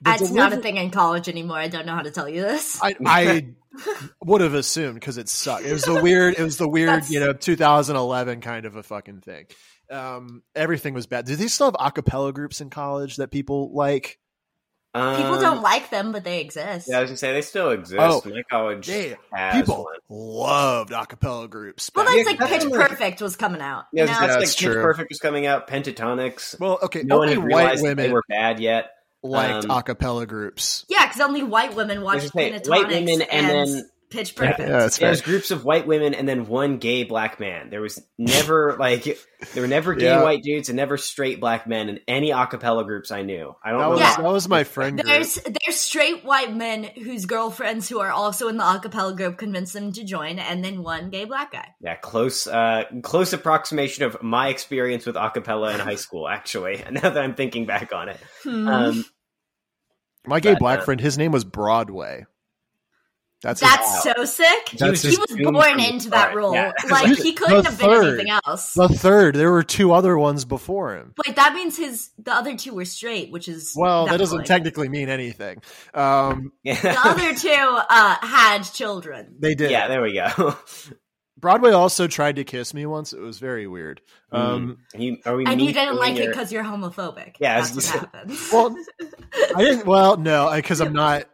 S4: the
S5: That's not a
S4: deliver-
S5: thing in college anymore. I don't know how to tell you this.
S4: I, I would have assumed because it sucked. It was the weird. It was the weird,
S5: That's-
S4: you know, 2011 kind of a fucking thing. Um, everything was bad. Do they still have acapella groups in college that people like?
S3: Um,
S5: People don't like them, but they exist.
S3: Yeah, I was gonna say they still exist.
S4: Oh,
S3: My college
S4: Yeah,
S3: has
S4: people
S3: one.
S4: loved acapella groups.
S5: well,
S4: back
S5: that's
S3: Yeah,
S5: like
S4: then.
S5: Pitch
S3: like-
S5: Perfect was coming out.
S3: Yeah,
S5: Yeah,
S3: that's, that's
S4: That's
S3: like Pitch
S4: true.
S3: Perfect was coming out. Pentatonics.
S4: Well, okay,
S3: no one
S4: only
S3: had
S4: white
S3: realized that they
S4: women
S3: were bad yet.
S4: liked
S3: um,
S4: acapella groups.
S5: yeah, because only white women watch
S3: There's like
S5: Pentatonics
S3: white women and
S5: and,
S3: then-
S5: Pitch Perfect.
S4: Yeah, that's
S3: Yeah,
S4: fair.
S3: There's groups of white women and then one gay black man. There was never like there were never gay
S4: Yeah.
S3: white dudes and never straight black men in any a cappella groups I knew. I don't
S4: That
S3: know.
S4: was
S5: Yeah.
S4: that was my friend group.
S5: There's there's straight white men whose girlfriends who are also in the acapella group convince them to join, and then one gay black guy.
S3: Yeah, close uh close approximation of my experience with a cappella in high school actually. Now that I'm thinking back on it.
S5: Hmm.
S3: Um
S4: My gay
S3: that,
S4: black
S3: uh,
S4: friend, his name was Broadway. That's his-
S5: That's so sick.
S4: That's
S5: he
S4: his
S5: was
S3: doom
S5: born
S3: creep
S5: into
S3: for
S5: that
S3: it,
S5: role.
S3: yeah.
S5: Like he couldn't
S4: The
S5: have been
S4: third.
S5: anything else.
S4: the third. There were two other ones before him.
S5: Wait, that means his the other two were straight, which is
S4: Well, that doesn't
S5: baffling.
S4: technically mean anything. Um,
S5: The
S3: Yeah,
S5: other two uh, had children.
S4: they did.
S3: yeah there we go.
S4: Broadway also tried to kiss me once. It was very weird. Um,
S3: Are Mm. you- are we
S5: And you
S3: mean-
S5: didn't like it
S3: or-
S5: because you're homophobic.
S3: Yeah, I was
S5: that's what
S3: gonna
S5: happens.
S4: Well, I didn't. Well, no, because I'm not.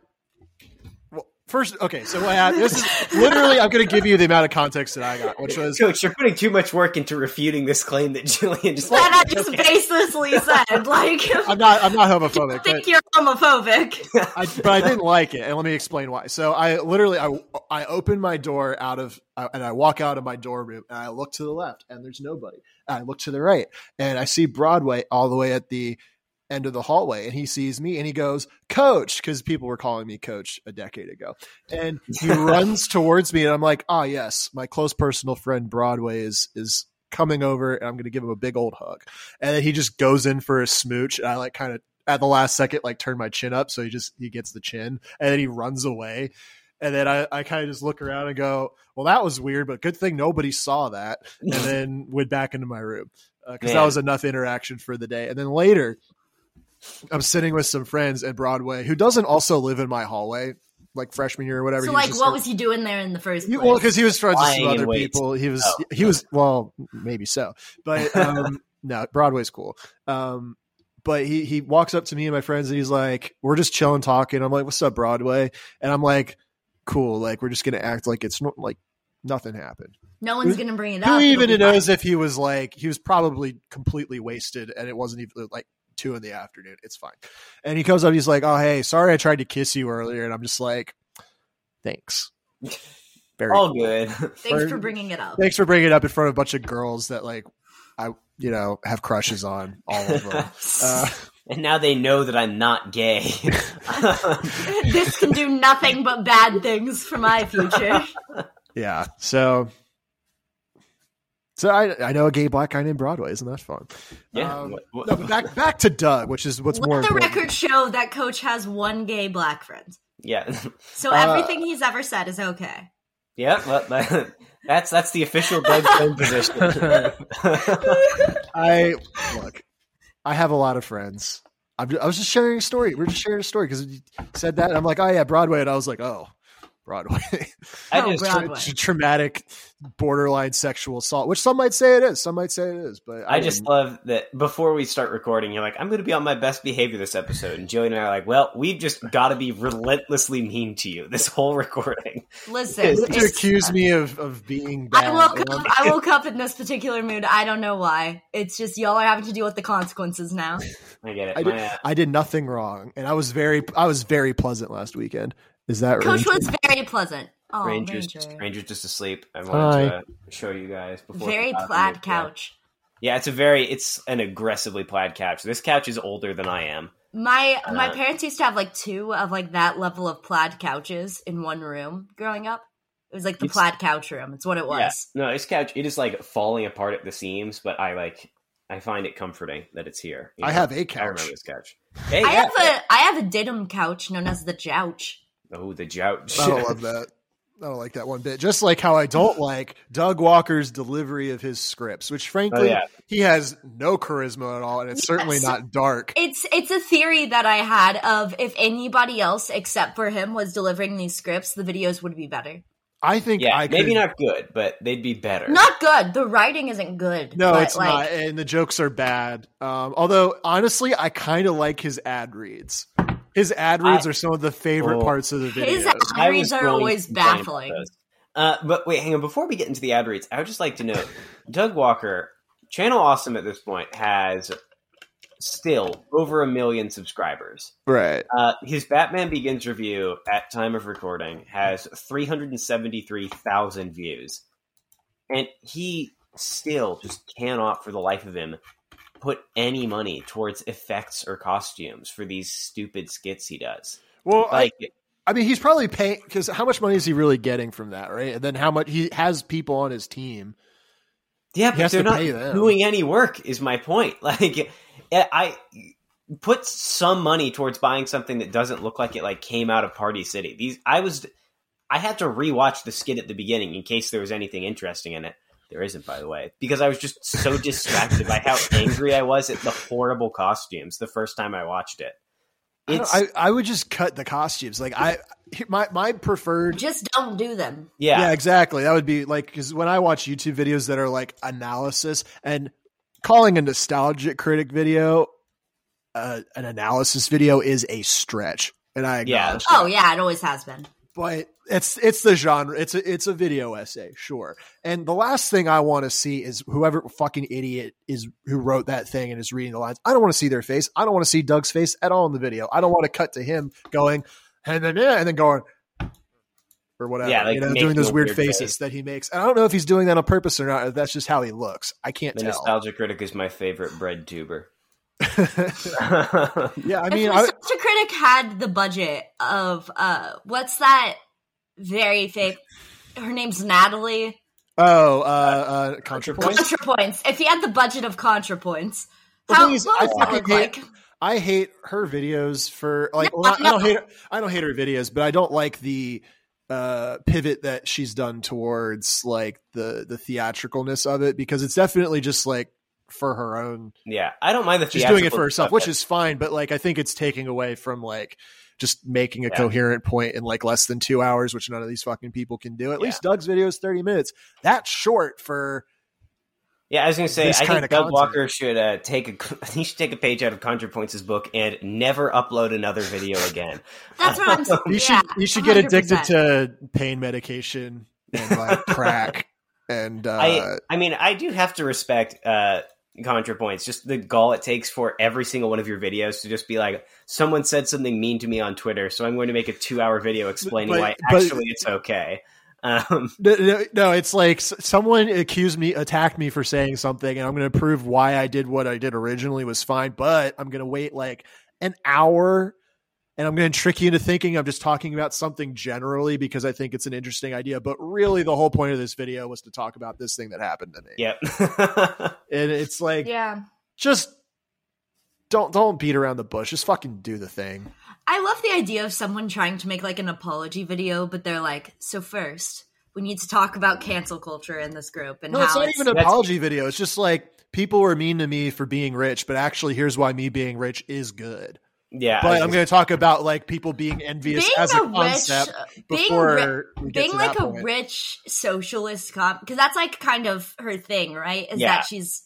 S4: Well, first, okay. So what happened? This is literally. I'm going to give you the amount of context that I got, which was
S3: Coach, you're putting too much work into refuting this claim that Jillian just.
S5: that I just baselessly said, like,
S4: I'm not. I'm not homophobic. but-
S5: think you're homophobic.
S4: I, but I didn't like it, and let me explain why. So I literally I I open my door out of uh, and I walk out of my dorm room, and I look to the left, and there's nobody. And I look to the right, and I see Broadway all the way at the end of the hallway, and he sees me, and he goes, "Coach," because people were calling me Coach a decade ago, and he runs towards me, and I'm like, "Ah, yes, my close personal friend Broadway is is." coming over and I'm going to give him a big old hug. And then he just goes in for a smooch and I like kind of at the last second like turn my chin up so he just he gets the chin and then he runs away and then i, I kind of just look around and go well that was weird but good thing nobody saw that and then went back into my room because that
S3: Man.
S4: was enough interaction for the day and then later i'm sitting with some friends at broadway who doesn't also live in my hallway like freshman year or whatever
S5: So,
S4: he
S5: like,
S4: just
S5: what
S4: started-
S5: was he doing there in the first
S4: he,
S5: place?
S4: well, because he was friends with
S3: Lying
S4: some
S3: in
S4: other
S3: wait.
S4: people. He was
S3: Oh,
S4: he was well, maybe so, but um, no, Broadway's cool. Um, but he he walks up to me and my friends, and he's like, "We're just chilling, talking." I'm like, "What's up, Broadway?" And I'm like, "Cool, like we're just gonna act like it's not like." Nothing happened.
S5: no one's gonna bring it up.
S4: Who
S5: It'll be
S4: even
S5: fine.
S4: knows if he was like he was probably completely wasted and it wasn't even like two in the afternoon. It's fine. And he comes up, he's like, "Oh hey, sorry I tried to kiss you earlier," and I'm just like, "Thanks." Very
S5: Oh.
S3: All good.
S5: Thanks for
S4: Or-
S5: bringing it up.
S4: thanks for bringing it up in front of a bunch of girls that like I you know have crushes on all of them. Uh,
S3: And now they know that I'm not gay.
S5: this can do nothing but bad things for my future.
S4: yeah, so so I I know a gay black guy named Broadway. Isn't that fun?
S3: yeah.
S4: Um,
S3: What- what-
S4: No, but back back to Doug, which is what's
S5: Let
S4: more
S5: the
S4: important.
S5: record show that Coach has one gay black friend.
S3: yeah.
S5: So
S4: Uh,
S5: everything he's ever said is okay.
S3: Yeah. Well, that- that's that's the official Doug Stone position.
S4: I look, I have a lot of friends. I'm ju- I was just sharing a story. We're just sharing a story because you said that, and I'm like, oh yeah, Broadway, and I was like, oh, Broadway.
S3: I
S5: Oh,
S3: just
S5: Broadway.
S4: Tra- traumatic, borderline sexual assault, which some might say it is. Some might say it is, but
S3: I just
S4: wouldn't.
S3: love that before we start recording, you're like, I'm going to be on my best behavior this episode. And Jillian and I are like, well, we've just got to be relentlessly mean to you this whole recording.
S5: Listen,
S3: Yes,
S4: to
S5: it's-
S4: accuse me of, of being bad.
S5: I woke
S4: and
S5: up.
S4: I'm-
S5: I woke up in this particular mood. I don't know why. It's just y'all are having to deal with the consequences now.
S3: I get it.
S4: I
S3: My- uh,
S4: did, I did nothing wrong, and I was very I was very pleasant last weekend. Is that
S5: Coach
S4: Ranger?
S5: was very pleasant. Oh,
S3: Rangers,
S5: Ranger.
S3: Rangers just asleep. I wanted to uh, show you guys before.
S5: Very
S3: the top
S5: plaid
S3: of the-
S5: couch.
S3: Yeah, it's a very, it's an aggressively plaid couch. This couch is older than I am.
S5: My my
S3: Uh,
S5: parents used to have like two of like that level of plaid couches in one room growing up. It was like the
S3: It's-
S5: plaid couch room. It's what it was.
S3: Yeah. No, this couch, it is like falling apart at the seams, but I like, I find it comforting that it's here. you
S4: I
S3: know?
S4: have a
S3: I remember
S4: couch.
S3: this couch. Hey,
S5: I
S3: yeah.
S5: have a I have a datum couch known as the jouch.
S3: oh, the jouch.
S4: I don't love that. I don't like that one bit. Just like how I don't like Doug Walker's delivery of his scripts, which frankly
S3: Oh, yeah.
S4: he has no charisma at all, and it's certainly
S5: Yes.
S4: not dark.
S5: It's it's a theory that I had of if anybody else except for him was delivering these scripts, the videos would be better.
S4: I think
S3: Yeah,
S4: I could,
S3: maybe not good, but they'd be better.
S5: Not good. The writing isn't good.
S4: No,
S5: but,
S4: it's
S5: like,
S4: not, and the jokes are bad. Um, although honestly, I kind of like his ad reads. His ad reads
S3: I-
S4: are some of the favorite
S3: Oh.
S4: parts of the video.
S5: His ad
S3: I was
S5: reads are
S3: going to
S5: always
S3: complain about
S5: baffling.
S3: those. Uh, but wait, hang on. Before we get into the ad reads, I would just like to note Doug Walker, Channel Awesome at this point has still over a million subscribers.
S4: right.
S3: Uh, his Batman Begins review at time of recording has 373,000 views. And he still just cannot, for the life of him, put any money towards effects or costumes for these stupid skits he does.
S4: Well, I-
S3: Like,
S4: I mean, he's probably paying because how much money is he really getting from that, right? And then how much he has people on his team.
S3: Yeah, but
S4: has
S3: they're
S4: to
S3: not
S4: pay them.
S3: doing any work. Is my point? Like, I put some money towards buying something that doesn't look like it like came out of Party City. These I was, I had to rewatch the skit at the beginning in case there was anything interesting in it. There isn't, by the way, because I was just so distracted by how angry I was at the horrible costumes the first time I watched it.
S4: I, don't-
S3: It's
S4: I, I would just cut the costumes. Like I, my my preferred.
S5: Just don't do them.
S3: yeah,
S4: yeah, exactly. That would be like because when I watch YouTube videos that are like analysis and calling a nostalgic critic video uh, an analysis video is a stretch, and I
S3: Yeah.
S4: acknowledge.
S5: Oh yeah, it always has been.
S4: but it's it's the genre. It's a it's a video essay, sure. And the last thing I want to see is whoever fucking idiot is who wrote that thing and is reading the lines. I don't want to see their face. I don't want to see Doug's face at all in the video. I don't want to cut to him going and then eh, and then going or whatever.
S3: Yeah, like
S4: you know,
S3: making
S4: doing those
S3: a
S4: weird,
S3: weird
S4: faces
S3: face.
S4: that he makes. And I don't know if he's doing that on purpose or not. Or that's just how he looks. I can't
S3: the
S4: tell.
S3: nostalgia critic is my favorite bread tuber.
S4: yeah, I mean,
S5: if
S4: I,
S5: Nostalgia Critic had the budget of uh what's that very fake her name's Natalie
S4: oh, uh, uh, ContraPoint.
S5: Contra Points. If he had the budget of Contra Points,
S4: The
S5: how
S4: thing is,
S5: what
S4: I
S5: would that
S4: fucking
S5: look
S4: hate-
S5: like?
S4: I hate her videos for like
S5: No,
S4: well, I, I don't
S5: no.
S4: hate her, I don't hate her videos, but I don't like the uh pivot that she's done towards like the the theatricalness of it because it's definitely just like for her own
S3: yeah, I don't mind the
S4: she's doing it
S3: theatrical
S4: for herself,
S3: stuff,
S4: which
S3: but-
S4: is fine, but like I think it's taking away from like just making a
S3: Yeah.
S4: coherent point in like less than two hours, which none of these fucking people can do. At
S3: Yeah.
S4: least Doug's video is thirty minutes. That's short for
S3: Yeah, I was gonna say, I
S4: this
S3: think
S4: kinda
S3: Doug
S4: content.
S3: Walker should uh, take a he should take a page out of ContraPoints' book and never upload another video again.
S5: That's what I'm saying.
S4: you
S5: yeah,
S4: should you should get addicted
S5: 100%.
S4: to pain medication and like crack and uh
S3: I I mean, I do have to respect uh, ContraPoints, just the gall it takes for every single one of your videos to just be like, someone said something mean to me on Twitter, so I'm going to make a two hour video explaining
S4: But-
S3: why
S4: but-
S3: actually it's okay. Um,
S4: No, no, no, it's like s- someone accused me, attacked me for saying something, and I'm going to prove why I did what I did originally was fine, but I'm going to wait like an hour and I'm going to trick you into thinking I'm just talking about something generally because I think it's an interesting idea. But really, the whole point of this video was to talk about this thing that happened to me.
S3: yep.
S4: And it's like,
S5: Yeah.
S4: just don't don't beat around the bush. Just fucking do the thing.
S5: I love the idea of someone trying to make like an apology video, but they're like, so first, we need to talk about cancel culture in this group and
S4: No,
S5: how
S4: it's not
S5: it's-
S4: even an
S3: That's-
S4: apology video. It's just like people were mean to me for being rich, but actually, here's why me being rich is good.
S3: yeah. I
S4: but
S3: was
S4: I'm going to talk about like people being envious
S5: being
S4: as a,
S5: a rich,
S4: concept
S5: being,
S4: before
S5: ri-
S4: we get
S5: being
S4: to
S5: like
S4: that
S5: a
S4: point.
S5: rich socialist cop, because that's like kind of her thing, right? Is
S3: Yeah.
S5: that she's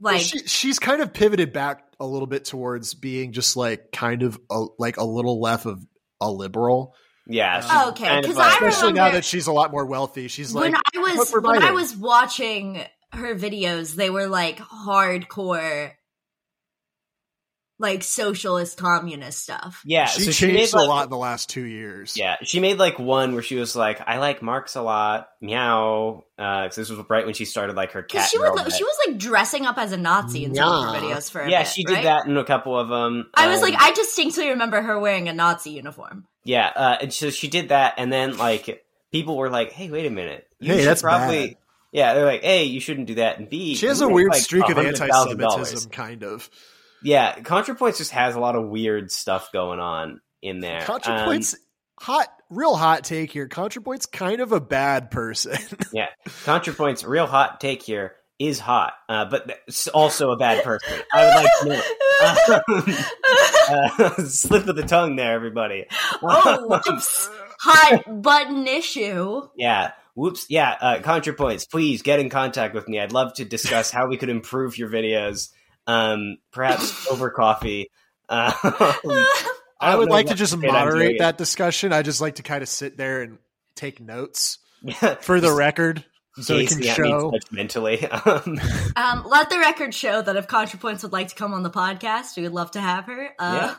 S4: Well,
S5: like,
S4: she, she's kind of pivoted back a little bit towards being just like kind of a, like a little left of a liberal,
S3: Yeah.
S4: Um,
S3: she's
S5: Oh, Okay,
S3: kind of
S5: 'cause
S3: like-
S5: I
S4: especially now
S5: remember-
S4: that she's a lot more wealthy. She's like,
S5: when I was
S4: "Look, we're
S5: when I
S4: biting."
S5: was watching her videos, they were like hardcore, like socialist communist stuff.
S3: yeah.
S4: she
S3: so she made,
S4: changed a
S3: like-
S4: lot in the last two years.
S3: Yeah, she made like one where she was like, "I like Marx a lot." Meow. Uh, 'cause this was right when she started like her
S5: Because
S3: cat.
S5: she would
S3: girl
S5: lo-
S3: bit.
S5: she was like dressing up as a Nazi in some of her
S4: Yeah.
S5: videos for a
S3: yeah,
S5: bit,
S3: she did
S5: right?
S3: that in a couple of them.
S5: I was like, I distinctly remember her wearing a Nazi uniform.
S3: yeah, uh, and so she did that, and then like people were like, "Hey, wait a minute,
S4: Hey,
S3: should
S4: that's
S3: probably."
S4: bad.
S3: Yeah, they're like, "Hey, you shouldn't do that." And B,
S4: She has
S3: you
S4: a
S3: make,
S4: weird
S3: like,
S4: streak of
S3: $100,000.
S4: anti-Semitism, kind of.
S3: Yeah, ContraPoints just has a lot of weird stuff going on in there. Um,
S4: ContraPoint's hot, real hot take here. ContraPoint's kind of a bad person.
S3: Yeah, ContraPoint's real hot take here is hot, uh, but that's also a bad person. I would like to know. it. Um, uh, slip of the tongue there, everybody.
S5: Oh, whoops. Hot button issue.
S3: Yeah. Whoops. Yeah. Uh, ContraPoints, please get in contact with me. I'd love to discuss how we could improve your videos, um, perhaps over coffee. Uh, I
S4: I
S3: don't
S4: would
S3: know
S4: like
S3: what
S4: to just
S3: to say, I'm
S4: moderate
S3: serious.
S4: that discussion. I just like to kind of sit there and take notes for the record, so it
S3: Jason
S4: can
S3: at me
S4: show.
S3: judgmentally. Um,
S5: Um, let the record show that if ContraPoints would like to come on the podcast, we would love to have her. Uh,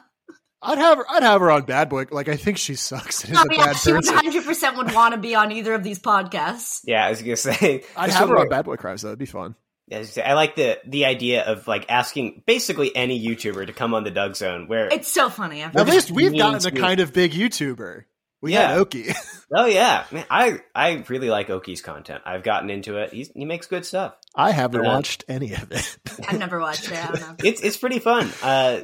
S4: I'd have her. I'd have her on Bad Boy. Like I think she sucks and is
S5: I
S4: a
S5: mean,
S4: bad
S5: Oh, she
S4: person.
S5: 100% would want to be on either of these podcasts.
S3: yeah, I was gonna say.
S4: I'd
S3: this
S4: have her
S3: one-
S4: on Bad Boy Crimes. though. That'd be fun.
S3: I was gonna say, I like the the idea of like asking basically any YouTuber to come on the Doug Zone. Where
S5: It's so funny. I've
S4: At
S5: heard.
S4: least we've
S3: mean
S4: gotten
S3: to-
S4: a kind of big YouTuber. We
S3: Yeah.
S4: had Oki.
S3: oh yeah, man, I I really like Oki's content. I've gotten into it. He's, he makes good stuff.
S4: I haven't
S3: Yeah.
S4: watched any of it.
S5: I've never watched it. I don't know.
S3: It's it's pretty fun. Uh,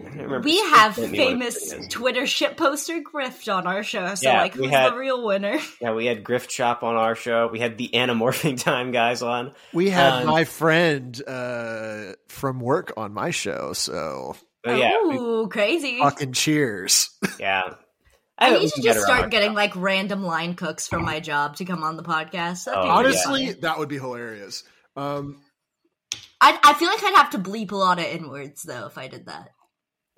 S3: I don't remember
S5: We
S3: who
S5: have
S3: sent me one of
S5: famous
S3: those.
S5: Twitter shit poster grift on our show, so
S3: Yeah,
S5: like
S3: we
S5: who's
S3: had-
S5: the real winner?
S3: Yeah, we had Grift Shop on our show. We had the Anamorphing Time guys on.
S4: We had
S3: Um,
S4: my friend uh, from work on my show, so
S3: Oh yeah, we-
S5: Ooh, crazy.
S4: fucking cheers.
S3: Oh, yeah.
S5: I
S3: hope
S5: need
S3: we
S5: to
S3: can
S5: just
S3: her on
S5: start
S3: our
S5: getting like random line cooks from my job to come on the podcast. That'd
S3: Oh,
S5: be
S3: yeah.
S5: really
S4: Honestly,
S5: funny.
S4: that would be hilarious. Um,
S5: I I feel like I'd have to bleep a lot of N words though if I did that.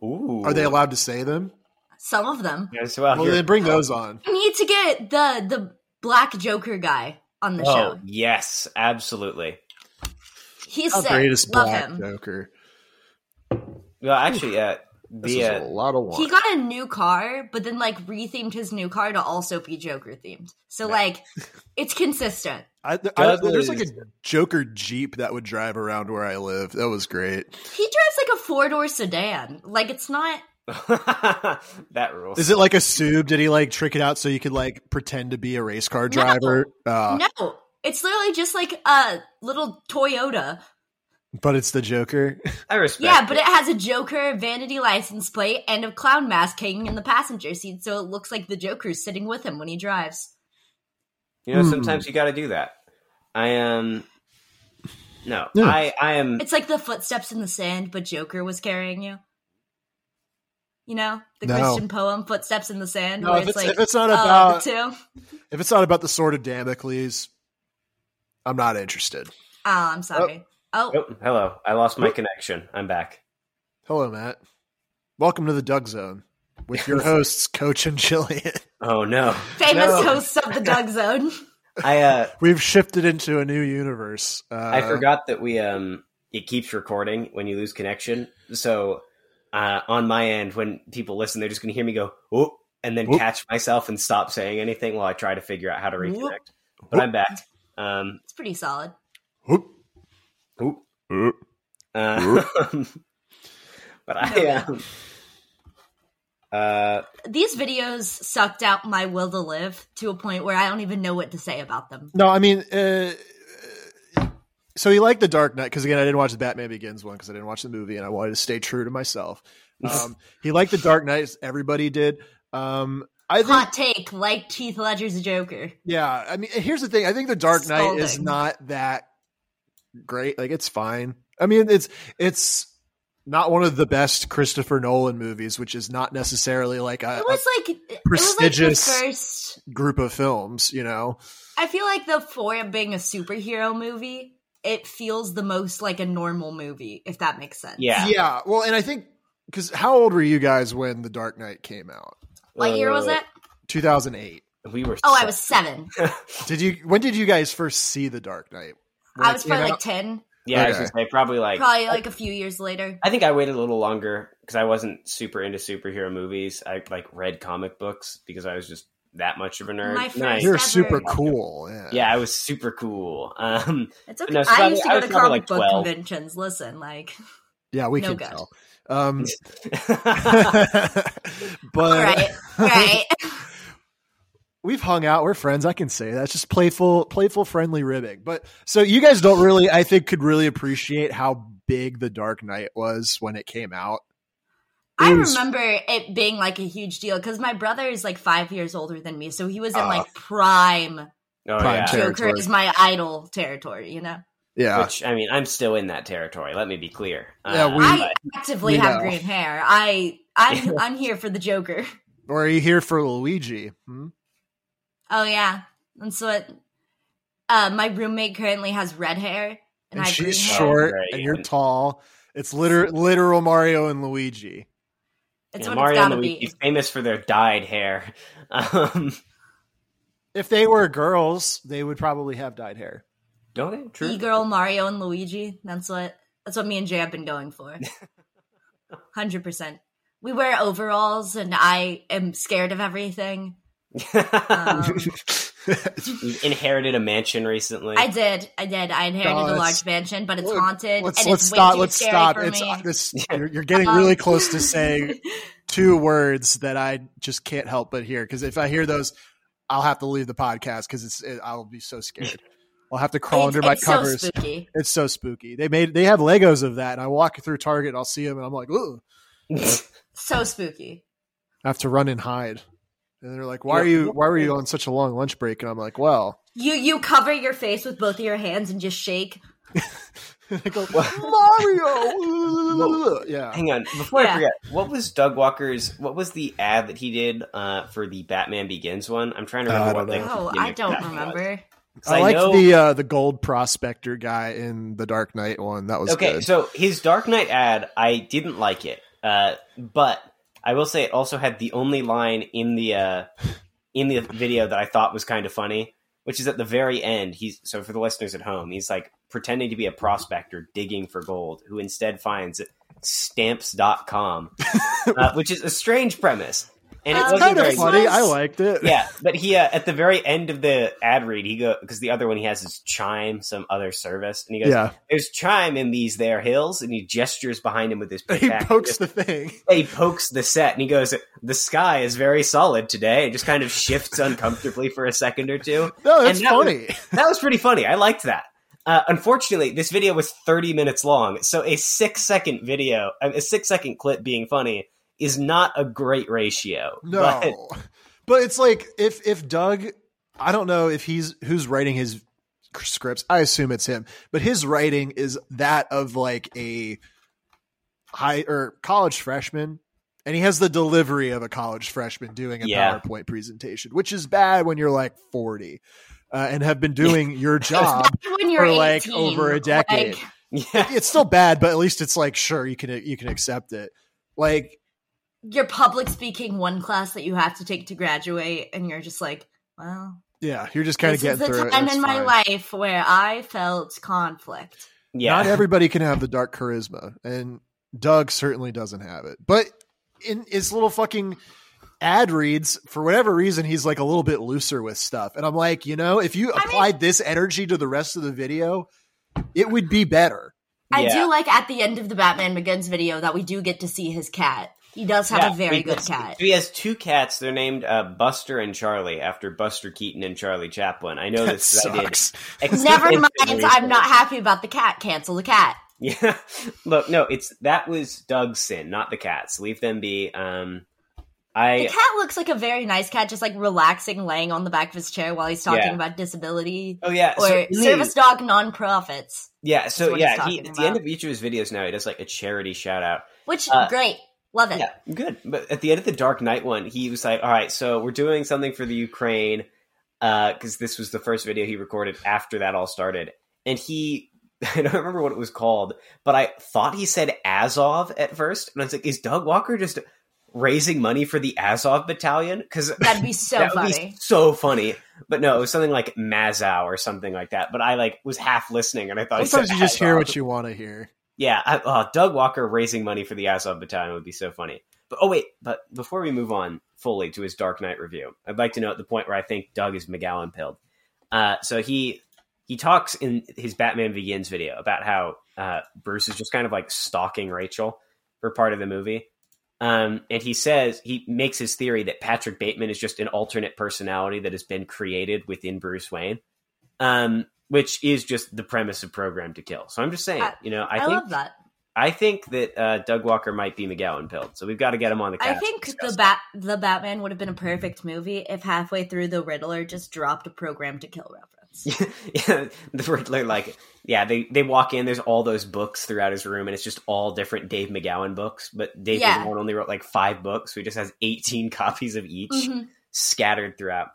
S3: show. Ooh,
S4: are they allowed to say them?
S5: Some of them.
S3: Yes, well,
S4: Well,
S3: here-
S4: then bring those on.
S5: I need to get the the Black Joker guy on the
S3: oh
S5: show.
S3: yes, absolutely.
S5: He's
S4: How
S5: sick.
S4: great is
S5: Love
S4: Black
S5: him.
S4: Joker?
S3: Well, actually, yeah,
S4: This
S3: the
S4: is a
S3: uh,
S4: lot of wine.
S5: He got a new car, but then like rethemed his new car to also be Joker themed. So like, it's consistent.
S4: I, I, there's
S3: Douglas.
S4: like a Joker Jeep that would drive around where I live. That was great.
S5: He drives like a four door sedan. Like it's not.
S3: that rules.
S4: Is it like a sub? Did he like trick it out so you could like pretend to be a race car
S5: No.
S4: driver? Uh,
S5: No, it's literally just like a little Toyota.
S4: But it's the Joker.
S3: I respect.
S5: Yeah, but it has a Joker vanity license plate and a clown mask hanging in the passenger seat, so it looks like the Joker's sitting with him when he drives.
S3: you know,
S4: Hmm.
S3: sometimes you got to do that. I am. No,
S4: Yeah.
S3: I I am.
S5: It's like the footsteps in the sand, but Joker was carrying you. You know the
S4: No.
S5: Christian poem "Footsteps in the Sand,"
S4: No,
S5: where
S4: if
S5: it's
S4: it's,
S5: like
S4: if it's not
S5: uh,
S4: about
S5: the two.
S4: if it's not about the sword of Damocles, I'm not interested.
S5: Oh, I'm sorry. Oh,
S3: Oh, hello, I lost my connection. I'm back.
S4: Hello, Matt. Welcome to the Doug Zone with your hosts, Coach and Jillian.
S3: Oh no,
S5: famous
S3: No.
S5: hosts of the Doug Zone.
S3: I uh,
S4: We've shifted into a new universe. Uh,
S3: I forgot that we um it keeps recording when you lose connection. So uh, on my end, when people listen, they're just going to hear me go whoop and then
S4: Whoop.
S3: catch myself and stop saying anything while I try to figure out how to reconnect.
S5: Whoop.
S3: But I'm back. Um,
S5: It's pretty solid.
S4: Whoop.
S3: whoop.
S4: Whoop.
S3: Uh, but I um, uh,
S5: These videos sucked out my will to live to a point where I don't even know what to say about them.
S4: No, I mean, uh, so he liked the Dark Knight because again, I didn't watch the Batman Begins one because I didn't watch the movie and I wanted to stay true to myself. Um, he liked the Dark Knight. as Everybody did. Um, I think,
S5: Hot take, like Keith Ledger's Joker.
S4: yeah. I mean, here's the thing. I think the Dark Knight is
S5: Scalding.
S4: not that great. Like, it's fine. I mean, it's it's not one of the best Christopher Nolan movies, which is not necessarily like a,
S5: It
S4: a
S5: was like it was like the
S4: Uh, prestigious-
S5: first.
S4: group of films. You know,
S5: I feel like the for it being a superhero movie, it feels the most like a normal movie, if that makes sense.
S3: yeah,
S4: yeah. Well, and I think because how old were you guys when the Dark Knight came out?
S5: What year was
S3: Uh,
S5: it?
S4: 2008.
S3: We were.
S5: Oh, I
S3: so-
S5: was seven.
S4: Did you? When did you guys first see The Dark Knight? When
S5: I
S4: it
S5: was
S4: came
S5: probably
S4: out?
S5: like ten.
S3: Yeah, I was
S4: Okay.
S3: gonna say probably like
S5: Probably like a few years later.
S3: I think I waited a little longer because I wasn't super into superhero movies. I like read comic books because I was just that much of a nerd.
S5: My
S3: And I-
S5: first-
S4: You're
S5: Severed.
S4: super cool. Yeah.
S3: yeah, I was super cool. Um,
S5: It's okay.
S3: No, so
S5: I
S3: I mean,
S5: used to
S3: I
S5: go
S3: was probably,
S5: to comic
S3: like,
S5: book
S3: 12.
S5: conventions. Listen, like,
S4: Yeah, we
S5: No
S4: can
S5: good.
S4: tell. Um,
S3: oh, I
S4: but
S5: all right, all right.
S4: we've hung out. We're friends. I can say that. It's just playful, playful, friendly ribbing. But so you guys don't really, I think, could really appreciate how big The Dark Knight was when it came out.
S5: I
S4: It was-
S5: remember it being like a huge deal because my brother is like five years older than me, so he was in
S4: Ah.
S5: like prime
S3: oh
S4: Prime
S3: yeah,
S4: time.
S5: Joker
S4: Territory.
S5: is my idol territory. You know,
S4: Yeah.
S3: which I mean, I'm still in that territory. Let me be clear. Uh,
S4: Yeah, we-
S5: I actively
S4: we
S5: have
S4: know.
S5: green hair. I I'm I'm here for the Joker.
S4: or are you here for Luigi? Hmm?
S5: Oh yeah, and so it, uh, my roommate currently has red hair, and,
S4: And
S5: I have green
S4: she's
S5: hair.
S4: short,
S3: Oh, Right.
S4: and you're tall. It's liter- literal Mario and Luigi.
S5: It's
S3: Yeah,
S5: what
S3: Mario
S5: it's
S3: and
S5: gotta
S3: Luigi
S5: be.
S3: famous for their dyed hair. Um,
S4: If they were girls, they would probably have dyed hair.
S3: don't they? True.
S5: E girl Mario and Luigi. That's what that's what me and Jay have been going for. Hundred percent. We wear overalls, and I am scared of everything. Um,
S3: You inherited a mansion recently.
S5: I did, I did. I inherited
S4: No,
S5: a
S4: it's-
S5: large mansion, but it's
S4: Look,
S5: haunted.
S4: let's
S5: and
S4: let's
S5: it's way
S4: stop.
S5: too
S4: Let's
S5: scary
S4: stop.
S5: for
S4: It's
S5: me. Um,
S4: this. You're, you're getting really close to saying two words that I just can't help but hear. Because if I hear those, I'll have to leave the podcast because it's it, I'll be so scared. I'll have to crawl
S5: It's-
S4: under my
S5: it's so
S4: covers.
S5: spooky.
S4: it's so spooky. They made they have Legos of that, and I walk through Target, I'll see them, and I'm like, ooh.
S5: So spooky.
S4: I have to run and hide. And they're like, "Why are you? Why were you on such a long lunch break?" And I'm like, "Well."
S5: You you cover your face with both of your hands and just shake.
S4: And they go, Mario. yeah.
S3: Hang on, before I
S5: Yeah.
S3: forget, what was Doug Walker's? What was the ad that he did uh, for the Batman Begins one? I'm trying to
S4: Uh, I
S3: remember
S4: don't
S3: what. like,
S4: know.
S5: Oh,
S3: the
S5: I don't
S3: Batman was.
S5: remember.
S3: 'Cause
S4: I, liked
S3: know-
S4: the uh, the gold prospector guy in the Dark Knight one. That was
S3: okay,
S4: good.
S3: so his Dark Knight ad, I didn't like it, uh, but I will say it also had the only line in the uh, in the video that I thought was kind of funny, which is at the very end. He's so for the listeners at home, he's like pretending to be a prospector digging for gold, who instead finds stamps.com, uh, which is a strange premise, and it
S5: It's
S3: wasn't
S4: kind
S3: very
S4: of funny.
S5: nice.
S4: I liked it.
S3: yeah, but he uh, at the very end of the ad read, he go because the other one he has is Chime, some other service, and he goes,
S4: Yeah.
S3: "There's Chime in these there hills," and he gestures behind him with his
S4: He
S3: pickaxe.
S4: pokes the thing.
S3: he pokes the set, and he goes, "The sky is very solid today." It just kind of shifts uncomfortably for a second or two.
S4: No,
S3: And
S4: that's
S3: that was-
S4: funny.
S3: That was pretty funny. I liked that. Uh, unfortunately, this video was 30 minutes long, so a six second video, uh, a six second clip being funny is not a great ratio.
S4: No,
S3: But-
S4: but, it's like if if Doug, I don't know if he's who's writing his scripts. I assume it's him, but his writing is that of like a high or college freshman, and he has the delivery of a college freshman doing a
S3: Yeah.
S4: PowerPoint presentation, which is bad when you're like forty. Uh, and have been doing your job.
S5: When you're
S4: For, like,
S5: 18,
S4: over a decade.
S5: like,
S3: yeah.
S4: It's still bad, but at least it's like sure you can you can accept it. Like
S5: your public speaking one class that you have to take to graduate, and you're just like, well,
S4: yeah, you're just kind of
S5: this is
S4: getting through
S5: the
S4: it.
S5: time
S4: It's
S5: in my
S4: fine.
S5: life where I felt conflict.
S3: yeah.
S4: Not everybody can have the dark charisma, and Doug certainly doesn't have it. But in his little fucking ad reads, for whatever reason, he's like a little bit looser with stuff. And I'm like, you know, if you
S5: I mean-
S4: applied this energy to the rest of the video, it would be better.
S5: I
S3: Yeah.
S5: do like at the end of the Batman Begins video that we do get to see his cat. He does have
S3: Yeah,
S5: a very
S3: he
S5: good
S3: does.
S5: cat.
S3: He has two cats. They're named uh, Buster and Charlie after Buster Keaton and Charlie Chaplin. I know
S4: That
S3: this. 'cause
S4: sucks.
S3: I did.
S5: Never mind,
S3: extensive
S5: I'm not
S3: research.
S5: happy about the cat. Cancel the cat.
S3: Yeah. Look, no, it's that was Doug's sin, not the cats. Leave them be. Um,
S5: The
S3: I
S5: cat looks like a very nice cat, just like relaxing, laying on the back of his chair while he's talking
S3: Yeah.
S5: about disability
S3: oh yeah.
S5: or
S3: so in the-
S5: service dog nonprofits.
S3: yeah. So
S5: what he's
S3: yeah. He,
S5: talking
S3: at the end
S5: about.
S3: of each of his videos now, he does like a charity shout out.
S5: Which
S3: Uh,
S5: great, love it.
S3: Yeah, good. But at the end of the Dark Knight one, he was like, "All right, so we're doing something for the Ukraine," because this was the first video he recorded after that all started, and he. I don't remember what it was called, but I thought he said Azov at first, and I was like, "Is Doug Walker just raising money for the Azov Battalion?" Because
S5: That'd be so
S3: that
S5: funny.
S3: would be so funny. But no, it was something like Mazow or something like that. But I like was half listening, and I thought he
S4: Sometimes
S3: said
S4: you just hear
S3: Azov.
S4: what you want to hear.
S3: Yeah, I, uh, Doug Walker raising money for the Azov Battalion would be so funny. But oh wait, but before we move on fully to his Dark Knight review, I'd like to note the point where I think Doug is McGowan pilled. Uh, so he he talks in his Batman Begins video about how uh, Bruce is just kind of like stalking Rachel for part of the movie, um, and he says he makes his theory that Patrick Bateman is just an alternate personality that has been created within Bruce Wayne. Um, which is just the premise of Program to Kill. So I'm just saying,
S5: I-
S3: you know, I,
S5: I,
S3: think
S5: love that.
S3: I think that uh, Doug Walker might be McGowan pilled, so we've got to get him on the
S5: I
S3: cast.
S5: think
S3: to
S5: the
S3: discuss.
S5: bat the Batman would have been a perfect movie if halfway through the Riddler just dropped a program to kill reference.
S3: yeah, the Riddler, like, yeah, they they walk in. There's all those books throughout his room, and it's just all different Dave McGowan books. But Dave
S5: Yeah.
S3: McGowan only wrote like five books, so he just has 18 copies of each
S5: Mhm.
S3: scattered throughout.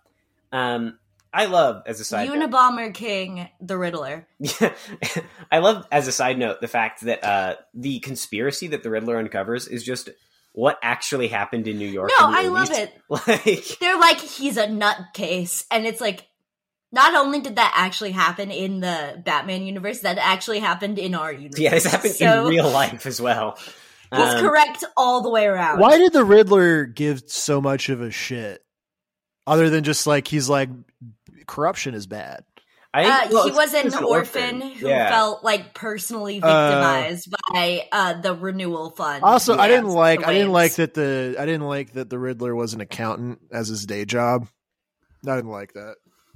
S3: Um, I love as a side note-
S5: Unabomber King, the Riddler.
S3: Yeah. I love, as a side note, the fact that uh, the conspiracy that the Riddler uncovers is just what actually happened in New York.
S5: No,
S3: in the
S5: I love
S3: 80s.
S5: it.
S3: Like,
S5: They're like he's a nutcase, and it's like not only did that actually happen in the Batman universe, that actually happened in our universe.
S3: yeah, this happened
S5: So
S3: in real life as well.
S5: He's
S3: Um,
S5: correct all the way around.
S4: Why did the Riddler give so much of a shit? Other than just like he's like corruption is bad.
S3: I think-
S5: Uh,
S3: well,
S5: he
S3: it's-
S5: was an
S3: it's
S5: orphan who
S3: Yeah.
S5: felt like personally
S4: Uh,
S5: victimized by uh, the renewal fund.
S4: Also, I didn't
S5: and
S4: like
S5: the
S4: I didn't like
S5: Waynes.
S4: that the I didn't like that the Riddler was an accountant as his day job. I didn't like that.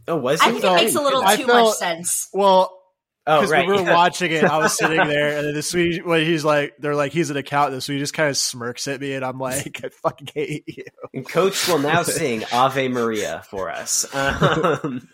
S3: Oh, was
S5: I
S3: he?
S5: think it makes a little
S4: Uh, I
S5: too
S4: felt-
S5: much sense.
S4: Well,
S3: Oh,
S4: Because
S3: right.
S4: we were
S3: yeah.
S4: watching it, I was sitting there, and then the Swedish, well, he's like, they're like, he's an accountant, so he just kind of smirks at me, and I'm like, I fucking hate you.
S3: And Coach will now sing Ave Maria for us. Um,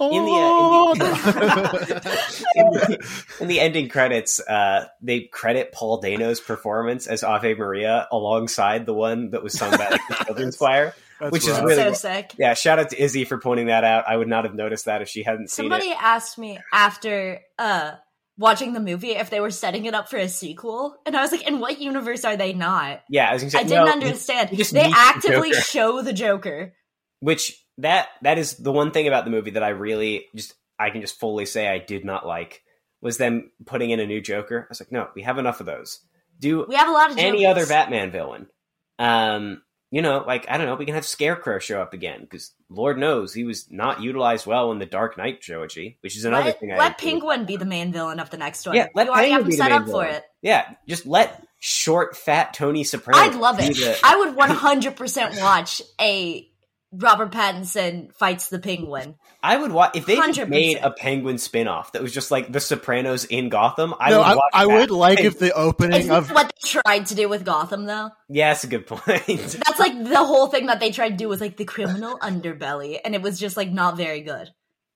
S3: in the, uh, in the, in the in the ending credits, uh, they credit Paul Dano's performance as Ave Maria alongside the one that was sung by the children's choir.
S4: That's
S3: Which is
S4: rough.
S3: really-
S5: so sick.
S3: Yeah, shout out to Izzy for pointing that out. I would not have noticed that if she hadn't seen
S5: Somebody
S3: it.
S5: asked me after uh watching the movie if they were setting it up for a sequel, and I was like, "In what universe are they not?"
S3: Yeah, I was gonna say,
S5: I didn't
S3: no,
S5: understand.
S3: you just
S5: They
S3: meet the
S5: actively
S3: Joker.
S5: show the Joker.
S3: Which that that is the one thing about the movie that I really just I can just fully say I did not like was them putting in a new Joker. I was like, no, we have enough of those. Do
S5: We have a lot of
S3: any
S5: Jokers.
S3: other Batman villain. Um, you know, like I don't know, we can have Scarecrow show up again because Lord knows he was not utilized well in the Dark Knight trilogy, which is another
S5: let,
S3: thing. I
S5: let
S3: agree with.
S5: Penguin be the main villain of the next one.
S3: Yeah, let
S5: you already
S3: Penguin
S5: have him
S3: be the
S5: set
S3: main
S5: up for
S3: villain.
S5: it.
S3: Yeah, just let short, fat Tony Soprano.
S5: I'd love
S3: be
S5: it.
S3: the-
S5: I would 100% watch a Robert Pattinson fights the Penguin.
S3: I would watch if they just
S5: 100%.
S3: made a Penguin spin-off that was just like The Sopranos in Gotham. I
S4: no,
S3: would
S4: I,
S3: watch
S4: I
S3: that.
S4: would like
S3: Hey,
S4: if the opening
S5: Isn't
S4: of
S5: what they tried to do with Gotham though?
S3: Yeah, that's a good point.
S5: That's like the whole thing that they tried to do was like the criminal underbelly, and it was just like not very good.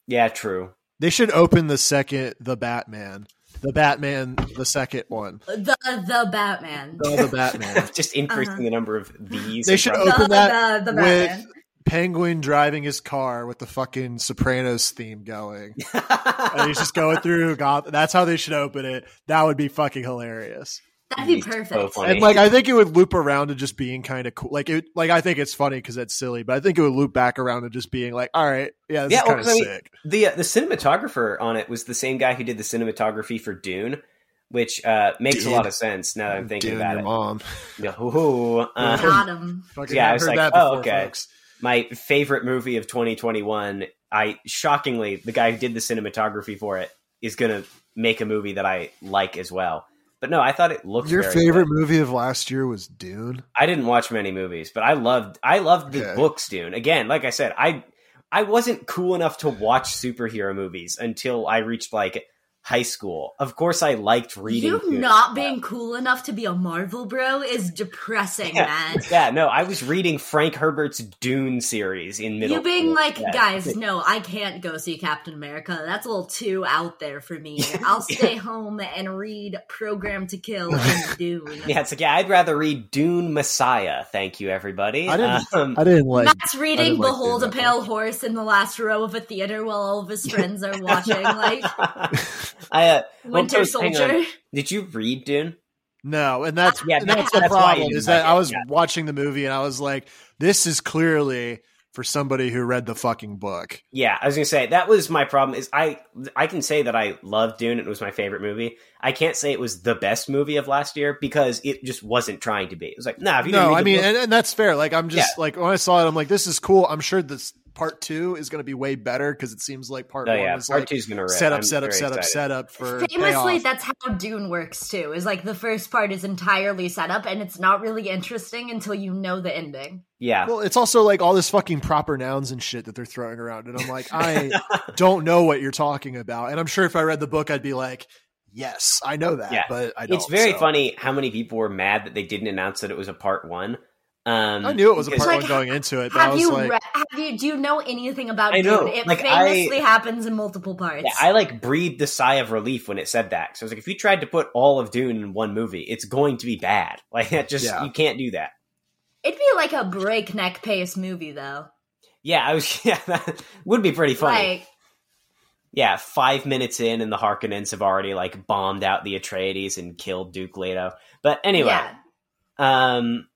S3: yeah, true.
S4: they should open the second the Batman, the Batman, the second one,
S5: The the Batman.
S4: the, the Batman.
S3: just increasing
S5: Uh-huh.
S3: the number of these.
S4: They should
S3: across-
S5: The-
S4: open that
S5: the- the
S4: with
S5: Batman.
S4: Penguin driving his car with the fucking Sopranos theme going, and he's just going through Gotham. That's how they should open it. That would be fucking hilarious.
S5: That'd be
S3: So
S5: perfect.
S3: funny.
S4: And like, I think it would loop around to just being kind of cool. Like, it, like I think it's funny because that's silly, but I think it would loop back around to just being like, all right, yeah, this
S3: Yeah,
S4: is kind of
S3: well, I mean,
S4: sick.
S3: the uh, the cinematographer on it was the same guy who did the cinematography for Dune, which uh, makes a
S4: Dude.
S3: lot of sense now that I'm thinking
S4: Dude,
S3: about
S4: your
S3: it.
S4: mom.
S3: Yeah, hoo, hoo. Uh,
S5: Got him.
S4: Fucking
S3: Yeah, I
S4: I've
S3: was
S4: heard
S3: like,
S4: that
S3: oh,
S4: before,
S3: okay.
S4: folks.
S3: my favorite movie of 2021. I shockingly, the guy who did the cinematography for it is going to make a movie that I like as well. But no, I thought it looked
S4: Your
S3: very
S4: favorite
S3: good.
S4: movie of last year was Dune.
S3: I didn't watch many movies, but I loved I loved the
S4: Okay.
S3: books Dune. Again, like I said, I I wasn't cool enough to watch superhero movies until I reached like high school. Of course I liked reading.
S5: You
S3: Dune.
S5: not being cool enough to be a Marvel bro is depressing, man.
S3: Yeah, no, I was reading Frank Herbert's Dune series in middle
S5: You being
S3: school.
S5: like,
S3: Yeah.
S5: guys, no, I can't go see Captain America. That's a little too out there for me. I'll stay home and read Program to Kill and Dune.
S3: Yeah, it's like, yeah, I'd rather read Dune Messiah. Thank you, everybody.
S4: I didn't-
S3: Um,
S4: I didn't like.
S5: Matt's
S4: I
S5: reading
S4: didn't like
S5: Behold
S4: Dune
S5: a
S4: that
S5: Pale Horse in the last row of a theater while all of his friends are watching, like
S3: I, uh, well,
S5: Winter
S3: Toast, hang on.
S5: Soldier.
S3: Did you read Dune?
S4: No, and that's
S3: Ah, Yeah,
S4: and
S3: that-
S4: that's the
S3: that's why I
S4: problem
S3: didn't
S4: is that
S3: like
S4: I
S3: it,
S4: was
S3: yeah.
S4: watching the movie and I was like, this is clearly for somebody who read the fucking book.
S3: Yeah, I was gonna say that was my problem. Is I I can say that I loved Dune. It was my favorite movie. I can't say it was the best movie of last year because it just wasn't trying to be. It was like, nah, if you didn't
S4: No,
S3: read
S4: I
S3: the
S4: mean,
S3: book-
S4: and, and that's fair. Like, I'm just like when I saw it, I'm like, this is cool. I'm sure this part two is going to be way better because it seems like part
S3: oh
S4: one
S3: yeah,
S4: is
S3: part
S4: like
S3: two's gonna rip.
S4: set up,
S3: I'm
S4: set up,
S3: very
S4: set up,
S3: excited.
S4: set up for
S5: Famously,
S4: payoff.
S5: that's how Dune works too. Is like the first part is entirely set up, and it's not really interesting until you know the ending.
S3: Yeah,
S4: Well, it's also like all this fucking proper nouns and shit that they're throwing around, and I'm like, I don't know what you're talking about. And I'm sure if I read the book, I'd be like, yes, I know that,
S3: Yeah.
S4: but I don't.
S3: it's very
S4: so.
S3: funny how many people were mad that they didn't announce that it was a part one. Um,
S4: I knew it was a
S3: because-
S4: part
S5: Like,
S4: one going into it, but I
S5: Have
S4: was
S5: you
S4: like,
S5: re- have you do you know anything about
S3: I know,
S5: Dune? It
S3: like, I-
S5: famously happens in multiple parts.
S3: Yeah, I like breathed a sigh of relief when it said that. So I was like, if you tried to put all of Dune in one movie, it's going to be bad. Like that just
S4: Yeah.
S3: you can't do that.
S5: It'd be like a breakneck pace movie though.
S3: Yeah, I was. Yeah, that would be pretty funny.
S5: Like
S3: yeah, five minutes in, and the Harkonnens have already like bombed out the Atreides and killed Duke Leto. But anyway,
S5: yeah.
S3: um,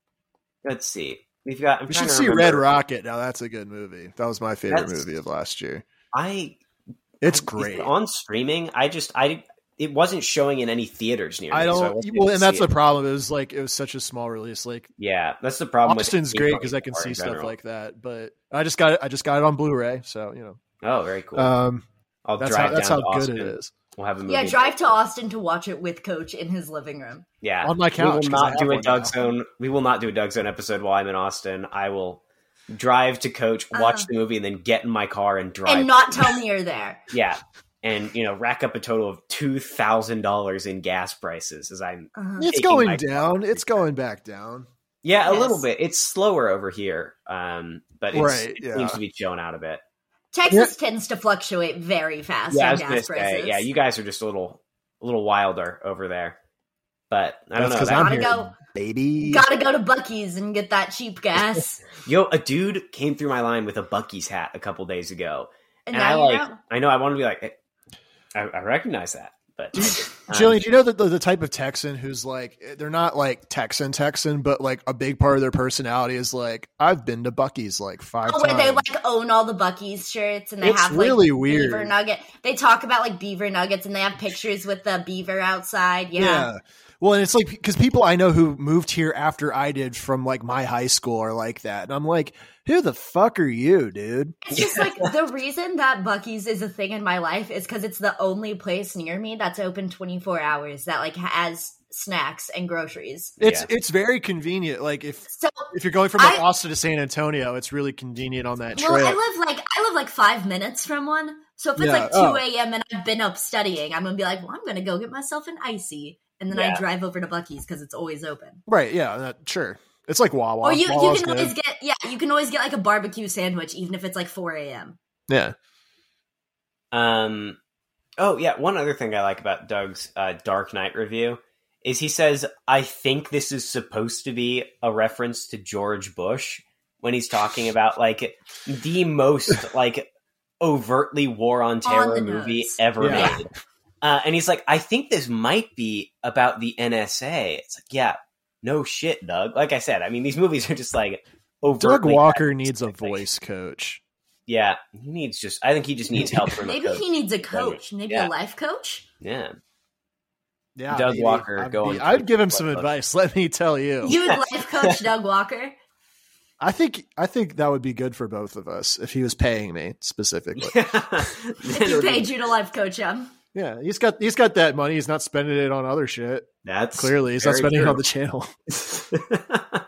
S3: let's see. We've got. I'm
S4: we
S3: trying
S4: should
S3: to
S4: see Red
S3: remember.
S4: Rocket. Now that's a good movie. That was my favorite
S3: That's-
S4: movie of last year.
S3: I
S4: It's
S3: is it
S4: great.
S3: on streaming. I just I it wasn't showing in any theaters near.
S4: I
S3: me, so
S4: don't.
S3: wasn't able
S4: well,
S3: to
S4: and that's
S3: see it.
S4: the problem. It was like it was such a small release. Like
S3: yeah. That's the problem. with
S4: Austin's
S3: indie
S4: great
S3: movies
S4: because I can
S3: are
S4: see
S3: in
S4: stuff
S3: general.
S4: like that. But I just got it. I just got it on Blu-ray. So you know,
S3: Oh, very cool.
S4: um,
S3: I'll
S4: that's
S3: drive
S4: how that's
S3: down
S4: how
S3: to
S4: good it
S3: Austin.
S4: is.
S3: We'll have a movie.
S5: Yeah, drive to Austin to watch it with Coach in his living room.
S3: Yeah.
S4: On my couch,
S3: We
S4: 'cause
S3: will
S4: I
S3: not
S4: have
S3: do a
S4: one now.
S3: Doug Zone. We will not do a Doug Zone episode while I'm in Austin. I will drive to coach, watch
S5: Uh.
S3: the movie, and then get in my car and drive.
S5: And not tell me you're there.
S3: yeah. and you know rack up a total of two thousand dollars in gas prices as I'm
S5: Uh-huh.
S4: It's
S3: taking my-
S4: going down. It's going back down.
S3: yeah a
S5: Yes.
S3: little bit it's slower over here um but it's,
S4: Right,
S3: it
S4: yeah.
S3: seems to be chilling out a bit
S5: Texas tends to fluctuate very fast
S3: yeah I
S5: on
S3: was gonna
S5: gas
S3: say,
S5: prices.
S3: yeah you guys are just a little a little wilder over there but I don't
S6: That's
S3: know
S6: 'cause
S3: that-
S6: I'm
S5: Gotta
S6: here,
S5: go.
S6: baby.
S5: gotta go to Bucky's and get that cheap gas.
S3: yo a dude came through my line with a Bucky's hat a couple days ago
S5: And,
S3: and,
S5: now
S3: I
S5: you
S3: like
S5: know.
S3: I know I want to be like eh, I, I recognize that but I Um,
S4: Jillian, do you know that the, the type of Texan who's like they're not like Texan Texan, but like a big part of their personality is like I've been to Bucky's like five
S5: Oh,
S4: times.
S5: where they like own all the Bucky's shirts and they
S4: It's
S5: have like
S4: really
S5: beaver
S4: weird.
S5: nugget. They talk about like beaver nuggets and they have pictures with the beaver outside. Yeah.
S4: Well, and it's like because people I know who moved here after I did from like my high school are like that, and I'm like, who the fuck are you, dude?
S5: It's just like the reason that Bucky's is a thing in my life is because it's the only place near me that's open 24 hours that like has snacks and groceries.
S4: It's
S3: Yeah.
S4: it's very convenient. Like if
S5: So,
S4: if you're going from like
S5: I-
S4: Austin to San Antonio, it's really convenient on that
S5: well,
S4: trip.
S5: I live like I live like five minutes from one. So if it's
S4: Yeah,
S5: like 2
S4: oh.
S5: a.m. and I've been up studying, I'm gonna be like, well, I'm gonna go get myself an icy, and then
S3: Yeah.
S5: I drive over to Bucky's because it's always open.
S4: right? Yeah. That, sure. It's like Wawa.
S5: Or you, you
S4: Wawa's
S5: can
S4: good.
S5: always get yeah, you can always get like a barbecue sandwich even if it's like 4 a.m.
S4: yeah.
S3: Um, oh yeah, one other thing I like about Doug's uh, Dark Knight review is he says, "I think this is supposed to be a reference to George Bush when he's talking about like the most like overtly war on terror
S5: the
S3: movie
S5: nose.
S3: ever
S4: Yeah.
S3: made." Uh, and he's like, "I think this might be about the NSA." It's like, yeah, no shit, Doug. Like I said, I mean, these movies are just like overtly.
S4: Doug Walker needs a
S3: specific.
S4: voice coach.
S3: Yeah, he needs just. I think he just needs help from a
S5: Maybe
S3: coach.
S5: he needs a coach, maybe
S3: Yeah.
S5: a life coach.
S3: Yeah.
S4: Yeah,
S3: Doug Walker
S4: I'd
S3: going
S4: Be,
S3: for
S4: I'd give him
S3: Doug
S4: some
S3: Walker.
S4: advice. Let me tell you.
S5: You would life coach Doug Walker.
S4: I think I think that would be good for both of us if he was paying me specifically.
S5: If you paid
S3: That's
S5: you to life coach him.
S4: yeah, he's got he's got that money. He's not spending it on other shit. Clearly, he's not
S3: very
S4: spending it
S3: true.
S4: on the channel.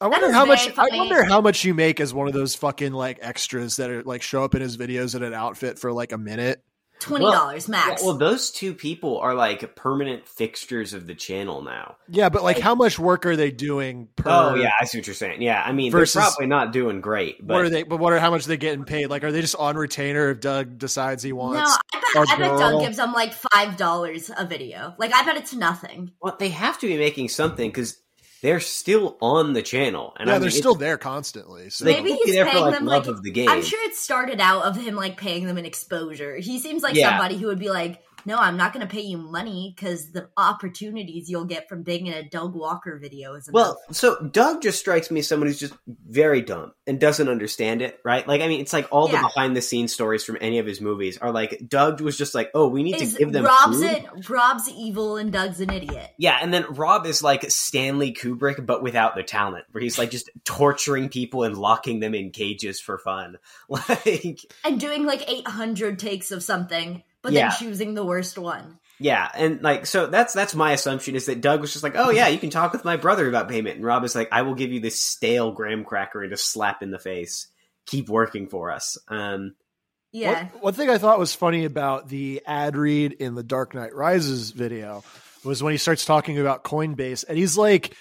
S4: I wonder
S5: is
S4: how much
S5: very
S4: I
S5: funny.
S4: wonder how much you make as one of those fucking like extras that are like show up in his videos in an outfit for like a minute.
S5: Twenty dollars
S3: Yeah,
S5: max.
S3: well, those two people are like permanent fixtures of the channel now.
S4: Yeah, but like how much work are they doing per
S3: Oh yeah, I see what you're saying. Yeah, I mean
S4: Uh, Versus-
S3: they're probably not doing great,
S4: What are
S3: but
S4: they? But what are how much are they getting paid? Like, are they just on retainer if Doug decides he
S5: no,
S4: wants?
S5: I
S4: Our
S5: bet I bet
S4: girl.
S5: Doug gives him like five dollars a video. Like I bet it's nothing.
S3: well, they have to be making something because they're still on the channel, and
S4: yeah,
S3: I mean,
S4: they're
S3: it's-
S4: still there constantly. So
S3: they
S5: Maybe
S3: could
S5: he's
S3: be there for
S5: paying
S3: like
S5: them,
S3: love
S5: like-
S3: of the game.
S5: I'm sure it started out of him like paying them an exposure. He seems like
S3: Yeah.
S5: somebody who would be like, "No, I'm not going to pay you money because the opportunities you'll get from being in a Doug Walker video is enough."
S3: Well, so Doug just strikes me as someone who's just very dumb and doesn't understand it, right? Like, I mean, it's like all
S5: Yeah.
S3: the behind the scenes stories from any of his movies are like Doug was just like, oh, we need
S5: is
S3: to give them
S5: Rob's
S3: food.
S5: it, Rob's evil and Doug's an idiot.
S3: Yeah, and then Rob is like Stanley Kubrick, but without the talent, where he's like just torturing people and locking them in cages for fun. Like,
S5: And doing like 800 takes of something, but
S3: Yeah.
S5: then choosing the worst one.
S3: yeah, and like so that's that's my assumption is that Doug was just like, oh yeah, you can talk with my brother about payment, and Rob is like, I will give you this stale graham cracker and a slap in the face. Keep working for us. Um,
S5: Yeah.
S4: One, one thing I thought was funny about the ad read in the Dark Knight Rises video was when he starts talking about Coinbase, and he's like,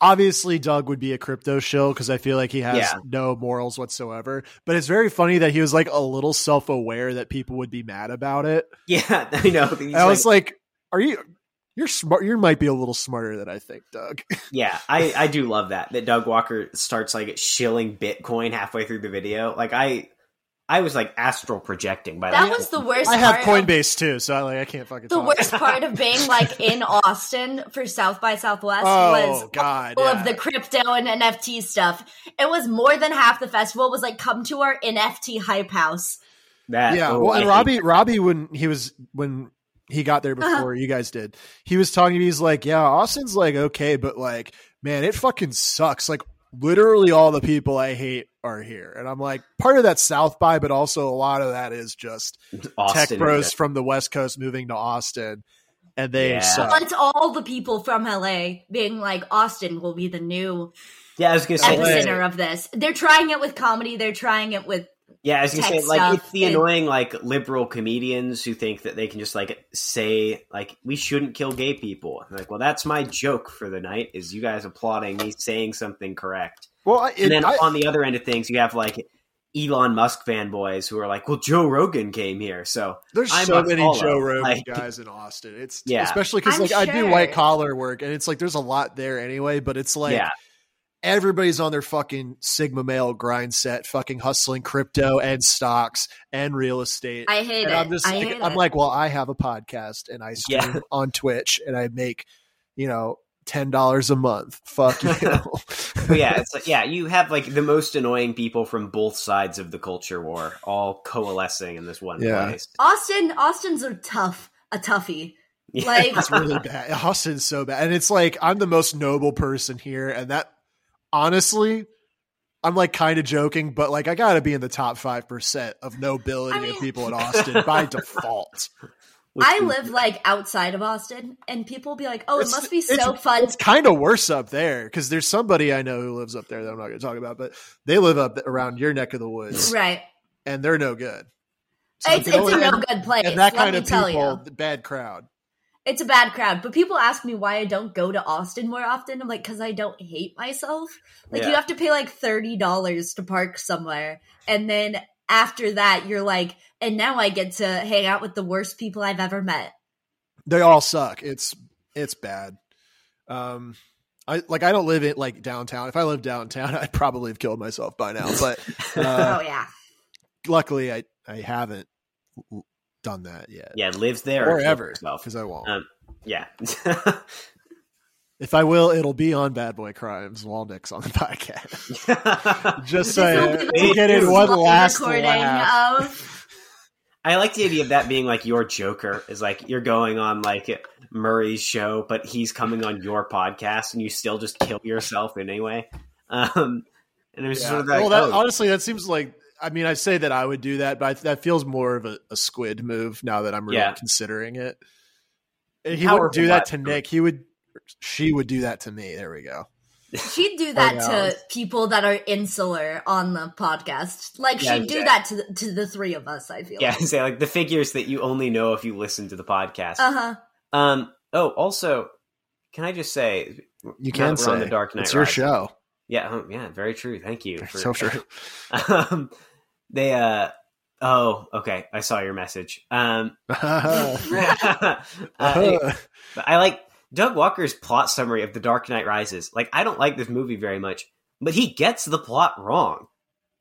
S4: obviously Doug would be a crypto shill because I feel like he has
S3: Yeah.
S4: no morals whatsoever. But it's very funny that he was like a little self aware that people would be mad about it.
S3: yeah, I know. He's
S4: And I was like, are you? You're smart. You might be a little smarter than I think, Doug.
S3: Yeah, I, I do love that that Doug Walker starts like shilling Bitcoin halfway through the video. Like I I was like astral projecting by
S5: That was the worst
S4: I have
S5: part of-
S4: Coinbase too, so I, like I can't fucking.
S5: the
S4: talk.
S5: worst part of being like in Austin for South by Southwest was
S4: Oh God!
S5: all
S4: yeah.
S5: of the crypto and NFT stuff. It was more than half the festival was like come to our NFT hype house.
S3: that
S4: yeah
S3: oh,
S4: well and
S3: I-
S4: robbie robbie when he was when he got there
S5: Uh-huh.
S4: before you guys did he was talking to me he's like yeah austin's like okay but like man it fucking sucks like literally all the people i hate are here and i'm like part of that south by but also a lot of that is just
S3: Austin
S4: tech bros from the west coast moving to austin and they
S3: Yeah.
S4: suck
S5: But it's all the people from LA being like Austin will be the new
S3: Yeah, I was gonna say
S4: LA.
S5: epicenter of this. They're trying it with comedy. They're trying it with
S3: Yeah, I was gonna
S5: tech
S3: say, like,
S5: stuff
S3: it's the
S5: and-
S3: annoying, like, liberal comedians who think that they can just, like, say, like, we shouldn't kill gay people. And, like, well, that's my joke for the night, is you guys applauding me saying something correct.
S4: Well, I-
S3: And
S4: it-
S3: then
S4: I-
S3: on the other end of things, you have, like, Elon Musk fanboys who are like, well, Joe Rogan came here, so
S4: There's
S3: I'm
S4: so
S3: a
S4: many
S3: follow,
S4: Joe Rogan
S3: like-
S4: guys in Austin. It's
S3: Yeah.
S4: especially because
S5: I'm
S4: like I do
S5: sure.
S4: white collar work, and it's like there's a lot there anyway. But it's like
S3: Yeah.
S4: everybody's on their fucking Sigma male grind set, fucking hustling crypto and stocks and real estate.
S5: I hate
S4: and
S5: it.
S4: I'm just
S5: I
S4: like,
S5: hate
S4: I'm
S5: it.
S4: like, well, I have a podcast and I stream
S3: Yeah.
S4: on Twitch and I make you know ten dollars a month. Fuck you.
S3: But yeah, it's like, yeah, you have like the most annoying people from both sides of the culture war all coalescing in this one
S4: Yeah.
S3: place.
S5: Austin. Austin's a tough, a toughie.
S3: Yeah.
S5: Like
S4: It's really bad. Austin's so bad. And it's like I'm the most noble person here. And that honestly, I'm like kind of joking, but like I gotta be in the top five percent of nobility
S5: I mean-
S4: of people in Austin by default.
S3: Which
S5: I
S3: we-
S5: live like outside of Austin, and people be like, "Oh, it
S4: It's-
S5: must be so
S4: it's-
S5: fun."
S4: It's kind of worse up there because there's somebody I know who lives up there that I'm not gonna talk about, but they live up around your neck of the woods
S5: Right?
S4: and they're no good. So
S5: it's
S4: the
S5: it's
S4: only-
S5: a no
S4: and-
S5: good place.
S4: And that
S5: let
S4: kind
S5: me
S4: of
S5: tell
S4: people,
S5: you,
S4: the bad crowd.
S5: it's a bad crowd. But people ask me why I don't go to Austin more often. I'm like, because I don't hate myself. Like you
S3: Yeah.
S5: have to pay like thirty dollars to park somewhere, and then after that, you're like, and now I get to hang out with the worst people I've ever met.
S4: they all suck. It's it's bad. Um, I like I don't live in like downtown. If I lived downtown, I'd probably have killed myself by now. But uh,
S5: oh yeah,
S4: luckily, I I haven't w- done that yet
S3: yeah, lives there
S4: or
S3: kills
S4: ever
S3: herself.
S4: because I won't.
S3: Um, yeah.
S4: if I will, it'll be on Bad Boy Crimes Walnick's on the podcast. Just
S5: This will
S4: saying,
S5: be the
S4: we'll get in
S5: first
S4: one
S5: live
S4: last
S5: recording
S4: laugh.
S5: of
S3: I like the idea of that being like your Joker is like you're going on like Murray's show, but he's coming on your podcast, and you still just kill yourself anyway. Um, and it was
S4: Yeah.
S3: sort of like,
S4: well, that,
S3: oh,
S4: honestly, that seems like. I mean, I say that I would do that, but I, that feels more of a, a squid move now that I'm really
S3: Yeah.
S4: considering it. And He
S3: Powerful
S4: would do that to
S3: platform.
S4: Nick. He would, she would do that to me. There we go.
S5: She'd do that
S4: Oh, yeah.
S5: to people that are insular on the podcast. Like
S3: Yeah,
S5: she'd do
S3: yeah.
S5: that to the, to the three of us. I feel.
S3: yeah, say like the figures that you only know if you listen to the podcast.
S5: Uh huh.
S3: Um. Oh, also, can I just say,
S4: You
S3: now
S4: can
S3: that we're
S4: say
S3: on the Dark Knight.
S4: it's your
S3: Rises-
S4: show.
S3: Yeah. Oh, yeah. Very true. Thank you. For,
S4: So sure.
S3: um, they. Uh. Oh. Okay. I saw your message. Um. uh, But I like Doug Walker's plot summary of The Dark Knight Rises. Like, I don't like this movie very much, but he gets the plot wrong.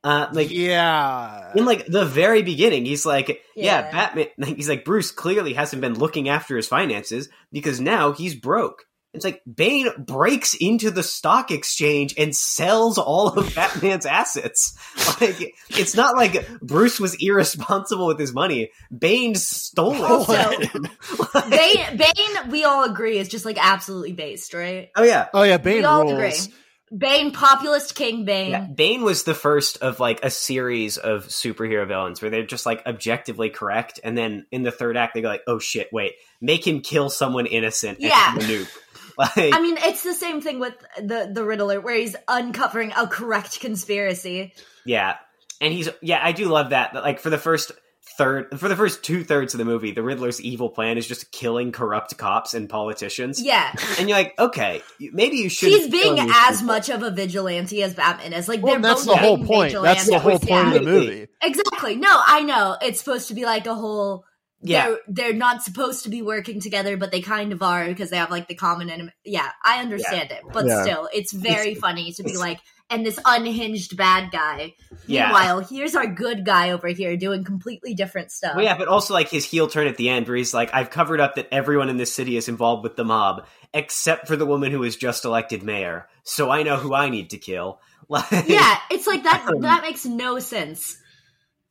S3: Uh, like
S4: yeah.
S3: in like the very beginning, he's like, "Yeah,
S5: Yeah.
S3: Batman." Like, he's like, "Bruce clearly hasn't been looking after his finances because now he's broke." It's like Bane breaks into the stock exchange and sells all of Batman's assets. Like, it's not like Bruce was irresponsible with his money. Bane stole it.
S5: Also,
S3: Like-
S5: Bane, Bane, we all agree is just like absolutely based, right?
S3: oh yeah,
S4: Oh yeah, Bane
S5: we all
S4: rules.
S5: agree. Bane, populist king, Bane.
S3: Yeah, Bane was the first of like a series of superhero villains where they're just like objectively correct, and then in the third act they go like, "Oh shit, wait, make him kill someone innocent." and
S5: Yeah.
S3: nuke. Like,
S5: I mean, it's the same thing with the the Riddler, where he's uncovering a correct conspiracy.
S3: yeah, and he's yeah, I do love that. that, Like for the first third, for the first two thirds of the movie, the Riddler's evil plan is just killing corrupt cops and politicians,
S5: Yeah,
S3: and you're like, okay, you- maybe you should.
S5: he's being as much of a vigilante as Batman is. Like
S4: Well,
S5: they're
S4: that's
S5: both
S4: the whole
S5: being
S4: point. That's the whole
S5: vigilantes, yeah.
S4: point of the movie.
S5: Exactly. No, I know. It's supposed to be like a whole
S3: Yeah.
S5: they're they're not supposed to be working together, but they kind of are because they have like the common enemy. Yeah, I understand it, but
S4: Yeah.
S5: still, it's very funny to be like, and this unhinged bad guy.
S3: Yeah.
S5: Meanwhile, here's our good guy over here doing completely different stuff.
S3: Well, yeah, but also like his heel turn at the end, where he's like, "I've covered up that everyone in this city is involved with the mob, except for the woman who was just elected mayor. So I know who I need to kill." Like,
S5: Yeah, it's like that.
S3: Um,
S5: that makes no sense.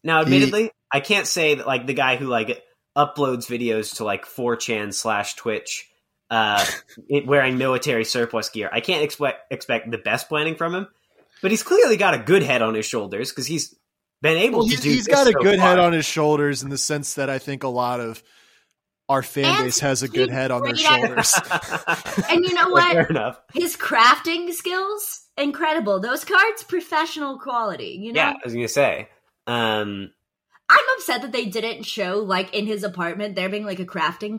S3: Now, admittedly, I can't say that like the guy who like uploads videos to like 4chan slash Twitch, uh, it- wearing military surplus gear. I can't expect expect the best planning from him, but he's clearly got a good head on his shoulders because he's been able
S4: Well,
S3: to
S4: he's,
S3: do.
S4: he's
S3: this
S4: got a
S3: so
S4: good
S3: far.
S4: head on his shoulders in the sense that I think a lot of our fan
S5: And
S4: base has a good
S5: he's
S4: head on their
S5: great at-
S4: shoulders.
S5: And you know
S3: Fair
S5: what?
S3: enough.
S5: His crafting skills incredible. Those cards, professional quality. You know.
S3: Yeah, I was gonna say. Um,
S5: I'm upset that they didn't show like in his apartment there being like a crafting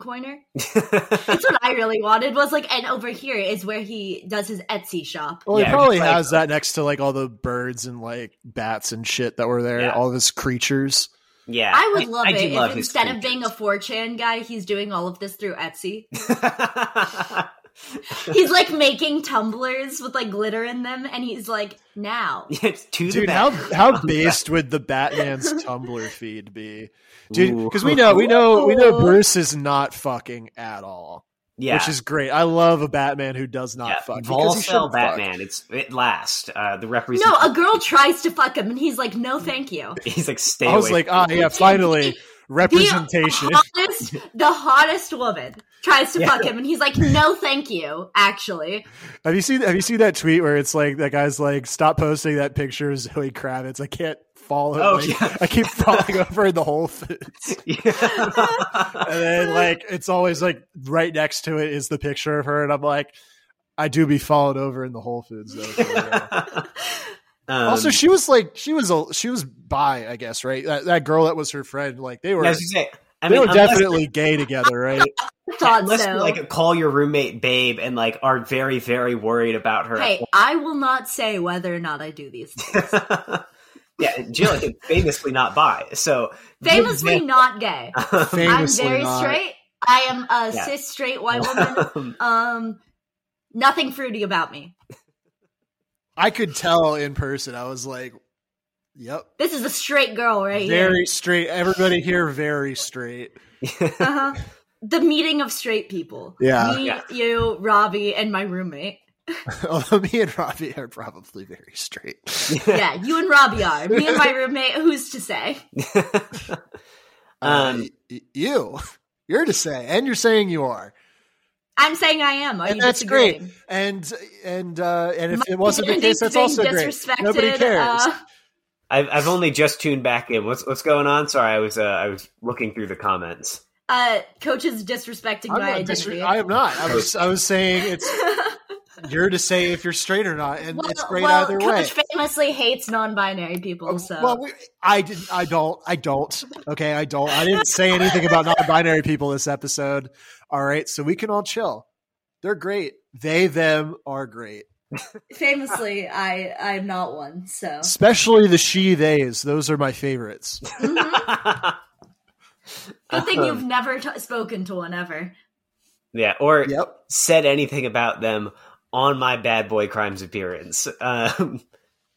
S5: corner. That's what I really wanted was like, and over here is where he does his Etsy shop.
S4: Well,
S3: Yeah,
S4: he probably
S3: it's like- uh,
S4: has that next to like all the birds and like bats and shit that were there,
S3: Yeah.
S4: all of his creatures.
S3: yeah,
S5: I would love
S3: I do
S5: it
S3: love
S5: if
S3: his
S5: instead of being a
S3: creatures.
S5: 4chan guy, he's doing all of this through Etsy. He's like making tumblers with like glitter in them, and he's like, now.
S3: it's to the
S4: Dude, how
S3: back.
S4: how based would the Batman's Tumblr feed be? Dude,
S3: Ooh.
S4: because we know we know we know
S5: Ooh.
S4: Bruce is not fucking at all.
S3: yeah.
S4: Which is great. I love a Batman who does not
S3: yeah.
S4: fuck. because
S3: Vol
S4: he
S3: fell
S4: shouldn't fuck.
S3: Batman. It's it last. Uh, the represent.
S5: No, a girl tries to fuck him, and he's like, no, thank you.
S3: he's like stay.
S4: I was
S3: away
S4: like,
S3: from
S4: ah,
S3: me.
S4: yeah, finally representation.
S5: The hottest, the hottest woman tries to
S3: Yeah.
S5: fuck him, and he's like, no, thank you, actually.
S4: Have you seen Have you seen that tweet where it's like that guy's like, "Stop posting that picture of Zoe Kravitz. I can't follow.
S3: Oh,
S4: like,
S3: yeah.
S4: I keep falling over in the Whole Foods."
S3: Yeah.
S4: And then like it's always like right next to it is the picture of her, and I'm like, I do be falling over in the Whole Foods. Though, for real.
S3: Um,
S4: also, she was like, she was a, she was bi, I guess, right? That, that girl that was her friend, like they were.
S3: yeah, as you say, I
S4: they
S3: mean,
S4: were
S3: unless-
S4: definitely gay together, right?
S5: I thought
S3: unless
S5: so.
S3: you, like call your roommate babe and like are very very worried about her.
S5: hey, I will not say whether or not I do these things.
S3: yeah, Jill is famously not bi, so
S5: Famously not gay. I'm
S4: Famously
S5: very
S4: not.
S5: straight. I am a
S3: Yeah.
S5: cis straight white woman. um, nothing fruity about me.
S4: I could tell in person. I was like, "Yep,
S5: This is a straight girl right
S4: very straight." Everybody here, very straight.
S5: here. Uh-huh. The meeting of straight people.
S4: Yeah.
S5: Me,
S3: Yeah.
S5: you, Robbie, and my roommate.
S4: Although me and Robbie are probably very straight.
S5: Yeah, you and Robbie are. Me and my roommate, who's to say?
S4: Uh,
S3: Um,
S4: y- you, you're to say, and you're saying you are,
S5: I'm saying I am. Are
S4: and
S5: you
S4: that's
S5: disagreeing?
S4: great. And and uh, and if
S5: My
S4: it wasn't the
S5: identity
S4: case, that's
S5: being
S4: also great.
S5: disrespected,
S4: Nobody cares.
S5: uh,
S3: I've I've only just tuned back in. What's what's going on? Sorry, I was uh, I was looking through the comments.
S5: uh, coach is disrespecting
S4: I'm
S5: my
S4: not
S5: identity.
S4: disre- I am not. I was I was saying it's you're to say if you're straight or not, and it's great
S5: well,
S4: either way. Um, Oh,
S5: Coach famously hates non-binary people, so
S4: Well, we, I didn't. I don't. I don't. Okay, I don't. I didn't say anything about non-binary people this episode. All right, so we can all chill. They're great. They them are great.
S5: famously, I I'm not one. So
S4: Especially the she theys. Those are my favorites.
S5: good thing you've never t- spoken to one ever.
S3: yeah, or
S4: Yep.
S3: said anything about them on my bad boy crimes appearance, um,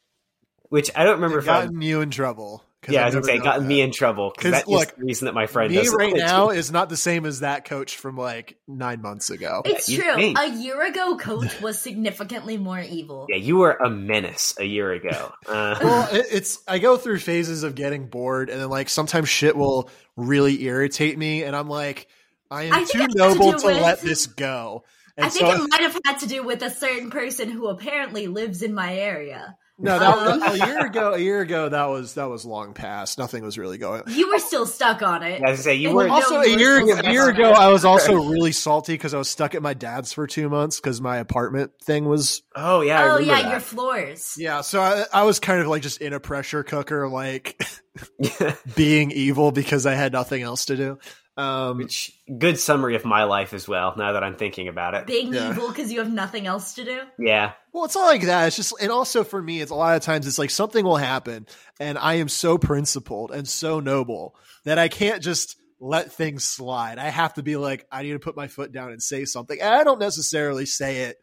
S3: which I don't remember if I.
S4: Gotten you in trouble. 'Cause
S3: Yeah,
S4: I've
S3: I was gonna say,
S4: never known
S3: gotten
S4: that.
S3: me in trouble
S4: 'Cause,
S3: because that's
S4: look,
S3: the reason that my friend
S4: Me
S3: doesn't
S4: right
S3: like
S4: now
S3: it.
S4: is not the same as that coach from like nine months ago.
S5: It's
S3: you
S5: true.
S3: think.
S5: A year ago, Coach was significantly more evil.
S3: Yeah, you were a menace a year ago. Uh,
S4: well, it, it's I go through phases of getting bored, and then like sometimes shit will really irritate me, and I'm like, I am
S5: I think it
S4: too
S5: has to
S4: noble
S5: do
S4: to
S5: with-
S4: let this go. And
S5: I think it might have had to do with a certain person who apparently lives in my area.
S4: no, that,
S5: um,
S4: a year ago, a year ago, that was that was long past. Nothing was really going.
S5: You were still stuck on it.
S3: I was gonna say you
S5: And
S3: were
S5: no,
S4: Also, a
S5: you were
S4: year
S5: still
S4: ago,
S5: stuck
S4: a year
S5: on
S4: ago,
S5: it.
S4: I was also really salty because I was stuck at my dad's for two months because my apartment thing was
S3: Oh yeah. I
S5: Oh
S3: remember
S5: yeah,
S3: that.
S5: your floors.
S4: Yeah, so I, I was kind of like just in a pressure cooker, like
S3: Yeah.
S4: being evil because I had nothing else to do. Um,
S3: Which good summary of my life as well. Now that I'm thinking about it,
S5: Being
S4: Yeah.
S5: evil because you have nothing else to do.
S3: yeah,
S4: well, it's not like that. It's just, and also for me, it's a lot of times it's like something will happen, and I am so principled and so noble that I can't just let things slide. I have to be like, I need to put my foot down and say something. And I don't necessarily say it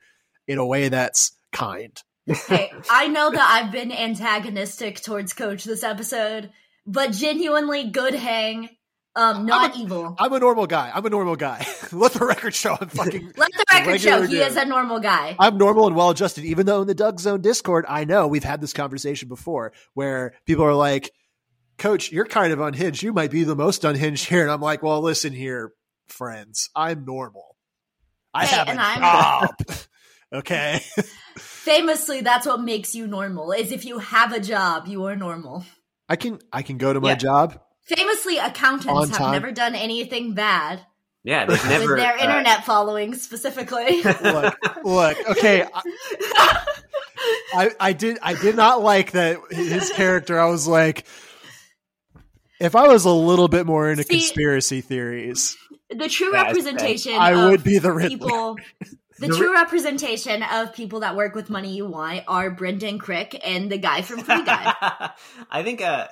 S4: in a way that's kind.
S5: hey, I know that I've been antagonistic towards Coach this episode, but genuinely good hang, um, not evil.
S4: I'm a normal guy. I'm a normal guy. let the record show I'm fucking
S5: Let the record show
S4: regular
S5: he
S4: dude.
S5: is a normal guy.
S4: I'm normal and well adjusted, even though in the Doug Zone Discord, I know we've had this conversation before where people are like, Coach, you're kind of unhinged. You might be the most unhinged here. And I'm like, well, listen here, friends. I'm normal. I
S5: Hey,
S4: have a
S5: and I'm-
S4: job. okay.
S5: Famously, that's what makes you normal. Is if you have a job, you are normal.
S4: I can I can go to my
S3: Yeah.
S4: job.
S5: Famously,
S4: On
S5: accountants have
S4: time.
S5: never done anything bad
S3: yeah. They've never
S5: with their
S3: uh,
S5: internet following specifically.
S4: Look, look, okay. I, I, I did I did not like that his character. I was like, If I was a little bit more into
S5: See-
S4: conspiracy theories,
S5: the true
S3: That's
S5: representation
S4: I
S5: of
S4: would be the Riddler.
S5: people the
S3: The
S5: true representation of people that work with money you want are Brendan Crick and the guy from Free Guy.
S3: I think. Uh,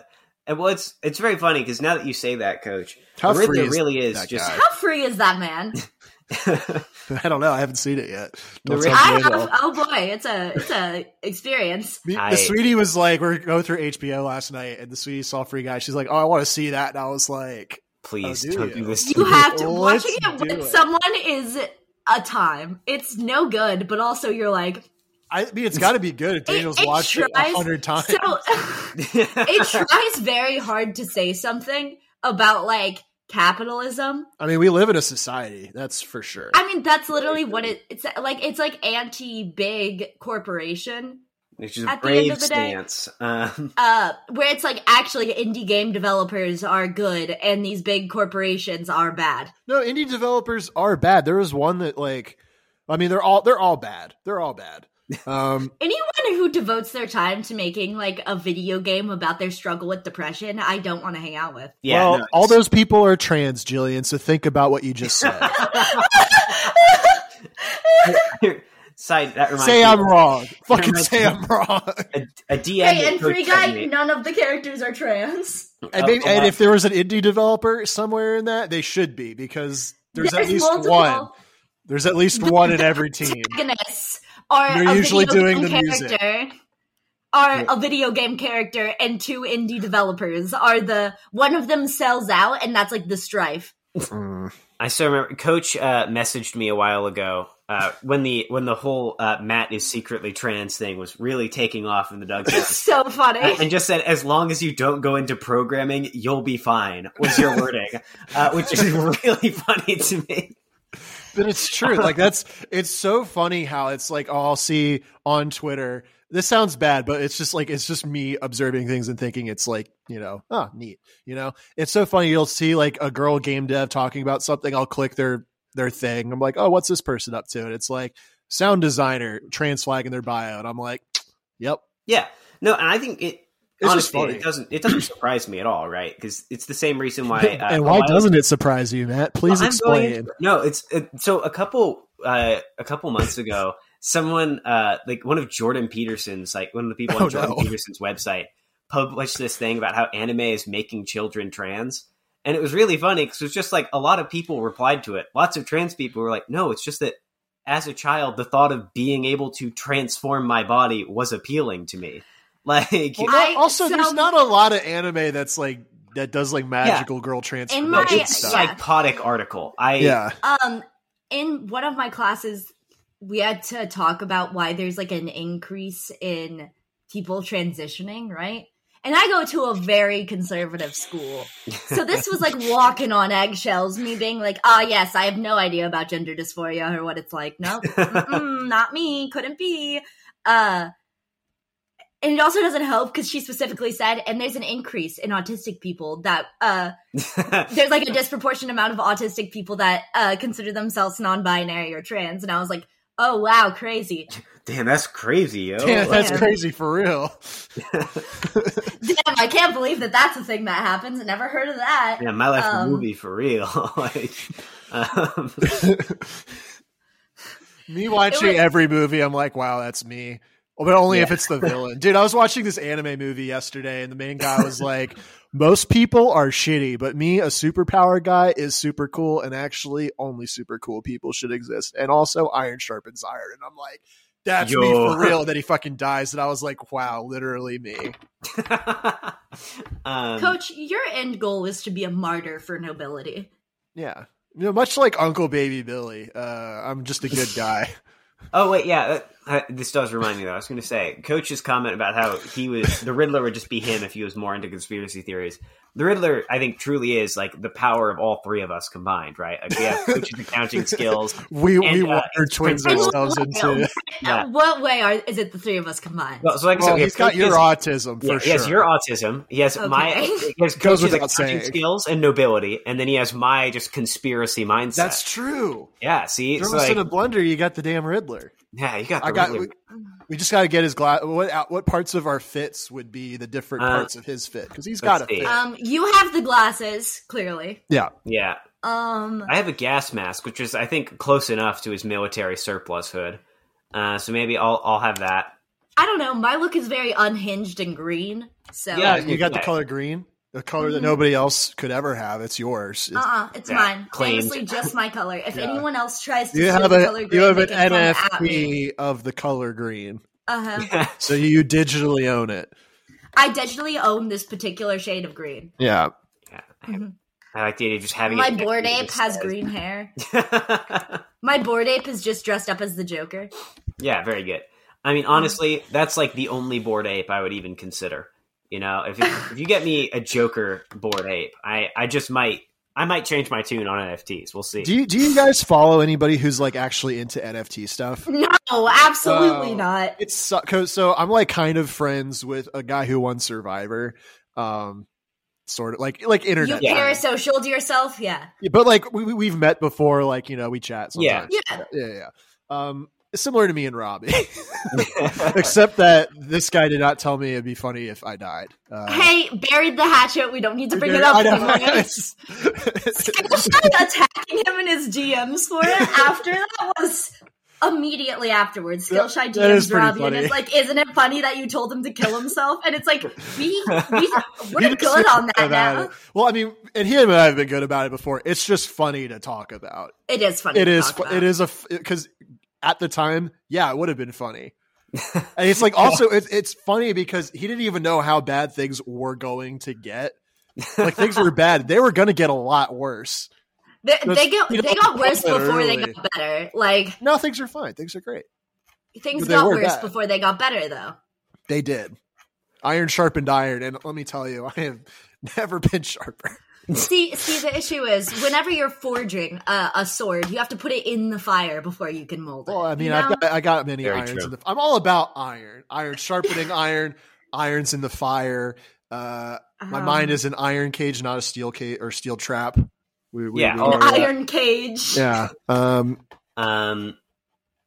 S3: and well, it's it's very funny because now that you say that, Coach,
S4: How
S3: the Riddler
S4: free is
S3: really is
S4: that
S3: just.
S4: guy?
S5: How free is that man?
S4: I don't know. I haven't seen it yet.
S3: The
S4: Don't
S3: Riddler-
S4: tell me
S5: I
S4: it
S5: have
S4: all.
S5: oh boy, it's a it's a experience.
S4: The, the
S3: I-
S4: sweetie was like, "We're going through HBO last night, and the sweetie saw Free Guy. She's like, "Oh, I want to see that." And I was like,
S3: Please
S4: Oh, do
S3: don't
S4: you?
S3: do this. To
S5: You
S3: me.
S5: have to
S4: Let's
S5: watching it
S4: do
S5: with
S4: it.
S5: someone is a time. It's no good, but also you're like
S4: "I mean, it's got to be good if Daniel's
S5: it
S4: watched it
S5: tries
S4: a hundred times."
S5: so it tries very hard to say something about like capitalism.
S4: I mean, we live in a society that's for sure.
S5: I mean, that's literally what it, it's like. It's like anti-big corporation,
S3: Which is a
S5: At the end
S3: brave
S5: of the day-
S3: stance. Um,
S5: uh, where it's like actually indie game developers are good and these big corporations are bad.
S4: no, indie developers are bad. There was one that like, I mean, they're all they're all bad. They're all bad. Um,
S5: Anyone who devotes their time to making like a video game about their struggle with depression, I don't want to hang out with.
S3: yeah,
S4: well,
S3: no,
S4: all those people are trans, Jillian. So think about what you just said.
S3: side that reminds
S4: say
S3: me.
S4: I'm wrong. Fucking
S3: reminds
S4: say
S3: me-
S4: I'm wrong.
S3: a, a DM.
S5: Hey,
S3: that
S5: and
S3: Coach
S5: free guy,
S3: Kevin made.
S5: none of the characters are trans.
S4: And,
S3: Oh,
S4: maybe,
S3: oh,
S4: and
S3: wow.
S4: if there was an indie developer somewhere in that, they should be because there's, at least one. There's at least one in every team.
S5: protagonists are
S4: They're
S5: a
S4: usually
S5: video
S4: doing
S5: game
S4: the music.
S5: character are a video game character and two indie developers are the one of them sells out and that's like the strife
S3: I still remember. Coach uh, messaged me a while ago uh, when the when the whole uh, Matt is secretly trans thing was really taking off in the Doug
S5: it's so funny
S3: and just said, as long as you don't go into programming, you'll be fine, was your wording, uh, which is really funny to me.
S4: But it's true. Like that's it's so funny how it's like oh, I'll see on Twitter. This sounds bad, but it's just like it's just me observing things and thinking it's like you know, ah, neat. You know, it's so funny. You'll see like a girl game dev talking about something. I'll click their their thing. I'm like, oh, what's this person up to? And it's like sound designer trans flag in their bio, and I'm like, yep.
S3: Yeah. No, and I think it.
S4: It's just
S3: honestly,
S4: funny.
S3: it doesn't it doesn't surprise me at all, right? Because it's the same reason why. Uh,
S4: and
S3: a
S4: why
S3: while-
S4: doesn't it surprise you, Matt? Please
S3: Well, I'm going
S4: explain.
S3: into- no, it's it, so a couple uh, a couple months ago, someone uh, like one of Jordan Peterson's like one of the people on
S4: Oh,
S3: Jordan
S4: no.
S3: Peterson's website published this thing about how anime is making children trans. And it was really funny because it was just like a lot of people replied to it. Lots of trans people were like, "No, it's just that as a child, the thought of being able to transform my body was appealing to me." Like,
S4: Well,
S5: I-
S4: no, also, there's
S5: so-
S4: not a lot of anime that's like that does like magical girl transformation
S5: my-
S4: stuff.
S3: it's
S5: yeah.
S3: psychotic article. I
S4: Yeah.
S5: um in one of my classes we had to talk about why there's like an increase in people transitioning right and i go to a very conservative school so this was like walking on eggshells me being like ah yes i have no idea about gender dysphoria or what it's like no mm-mm, not me couldn't be uh and it also doesn't help because she specifically said and there's an increase in autistic people that uh there's like a disproportionate amount of autistic people that uh, consider themselves non-binary or trans, and I was like, oh wow, crazy.
S3: damn, that's crazy, yo.
S4: Damn, that's
S5: yeah.
S4: crazy for real.
S5: Damn, I can't believe that that's a thing that happens. I never heard of that.
S3: Yeah, my life a
S5: Um,
S3: movie for real. like, um,
S4: Me watching
S5: was-
S4: every movie, I'm like, wow, that's me. Oh, But only if it's the villain. Dude, I was watching this anime movie yesterday, and the main guy was like, most people are shitty, but me, a superpower guy, is super cool, and actually only super cool people should exist. And also, iron sharpens iron. And I'm like, that's me
S3: Yo.
S4: for real. That he fucking dies. And I was like, wow, literally me.
S3: um,
S5: Coach, your end goal is to be a martyr for nobility.
S4: Yeah. You know, much like Uncle Baby Billy, uh, I'm just a good guy.
S3: Oh wait, yeah. that- Uh, this does remind me though. I was going to say, Coach's comment about how he was the Riddler would just be him if he was more into conspiracy theories. The Riddler, I think, truly is like the power of all three of us combined, right? Like we have Coach's accounting skills.
S4: We we
S3: And, uh,
S4: water twins
S5: Prince-
S4: ourselves into.
S3: Yeah.
S5: Uh, What way are is it the three of us combined?
S3: Well, so like I said,
S4: Well,
S3: we have
S4: he's got your
S3: Coach's-
S4: autism for
S3: Yeah,
S4: sure.
S3: He has your autism. He has my.
S5: Okay.
S3: He has
S4: Goes
S3: Coach's
S4: without
S3: accounting
S4: saying.
S3: skills and nobility, and then he has my just conspiracy mindset.
S4: That's true.
S3: yeah. See, it's
S4: Throw us
S3: like
S4: in a blender, you got the damn Riddler.
S3: yeah, you got the
S4: I got
S3: Riddler.
S4: We just got to get his glass. What out- what parts of our fits would be the different
S3: Uh,
S4: parts of his fit? Because he's got a
S3: let's see.
S4: fit.
S5: Um, you have the glasses clearly.
S4: yeah,
S3: Yeah,
S5: Um,
S3: I have a gas mask, which is I think close enough to his military surplus hood. Uh, so maybe I'll I'll have that.
S5: I don't know. My look is very unhinged and green. So
S3: Yeah,
S4: Uh, you got the
S3: okay.
S4: color green, the color that
S5: Mhm.
S4: nobody else could ever have. It's yours. It's-
S5: Uh-uh, it's
S3: Yeah,
S5: mine.
S3: claimed.
S5: Famously, just my color. If
S4: Yeah.
S5: anyone else tries to
S4: you
S5: steal
S4: have
S5: the
S4: a
S5: color green,
S4: you have
S5: they
S4: an
S5: can come at me.
S4: NFT of the color green,
S5: Uh-huh.
S4: so you digitally own it.
S5: I digitally own this particular shade of green.
S4: Yeah,
S3: Yeah, I,
S5: Mhm.
S3: I like the idea of just having
S5: My
S3: it-
S5: board ape
S3: just-
S5: has green hair.
S3: yeah,
S5: My board ape is just dressed up as the Joker.
S3: very good. I
S5: Um,
S3: mean, honestly, that's like the only board ape I would even consider. You know, if you, if you get me a Joker board ape, I I just might I might change my tune on NFTs. We'll see.
S4: Do you, do you guys follow anybody who's like actually into NFT stuff?
S3: Oh.
S5: No, absolutely
S4: Wow.
S5: not.
S4: It's so, 'cause- so I'm like kind of friends with a guy who won Survivor, um, sort of like like
S5: You
S4: internet, friend.
S5: parasocial to yourself, yeah.
S4: but like we we- we've met before, like you know we chat.
S3: Yeah.
S4: Sometimes.
S5: Yeah.
S4: yeah, yeah. yeah. Um, it's similar to me and Robbie, except that this guy did not tell me it'd be funny if I died. Uh,
S5: hey, buried the hatchet. We don't need to bring it
S4: I
S5: up
S4: know.
S5: anymore.
S4: It's-
S5: Especially attacking him and his DMs for it after that was immediately afterwards.
S4: That-
S5: Skillshy
S4: that is
S5: DMs
S4: pretty
S5: Robbie and
S4: funny.
S5: it's like, isn't it funny that you told him to kill himself? And it's like, we, we we're
S4: You just
S5: good
S4: think
S5: on that
S4: about
S5: now.
S4: it. Well, I mean, and him and I have been good about it before. It's just funny to talk about.
S5: It is funny.
S4: It
S5: to
S4: is.
S5: talk
S4: fu-
S5: about.
S4: It is a because at the time, yeah, it would have been funny. and it's like also it's it's funny because he didn't even know how bad things were going to get. Like things were bad. They were going to get a lot worse.
S5: They,
S4: That's-
S5: they get
S4: you
S5: they
S4: don't
S5: got worse
S4: call it
S5: before they
S4: early.
S5: got better. Like
S4: No, things are fine. Things are great.
S5: things
S4: But they
S5: got
S4: were
S5: worse
S4: bad.
S5: before they got better, though.
S4: They did. Iron sharpened iron, and let me tell you, I have never been sharper.
S5: see, see, the issue is whenever you're forging a, a sword, you have to put it in the fire before you can mold it.
S4: Well, I mean,
S5: you know?
S4: I've got, I got many
S3: Very
S4: irons.
S3: true.
S4: In the, I'm all about iron, iron sharpening iron, irons in the fire. Uh, my
S5: Um,
S4: mind is an iron cage, not a steel cage or steel trap. We, we,
S3: Yeah, oh,
S4: we
S3: all
S4: know
S5: an
S4: that.
S5: iron cage.
S4: Yeah. Um,
S3: um.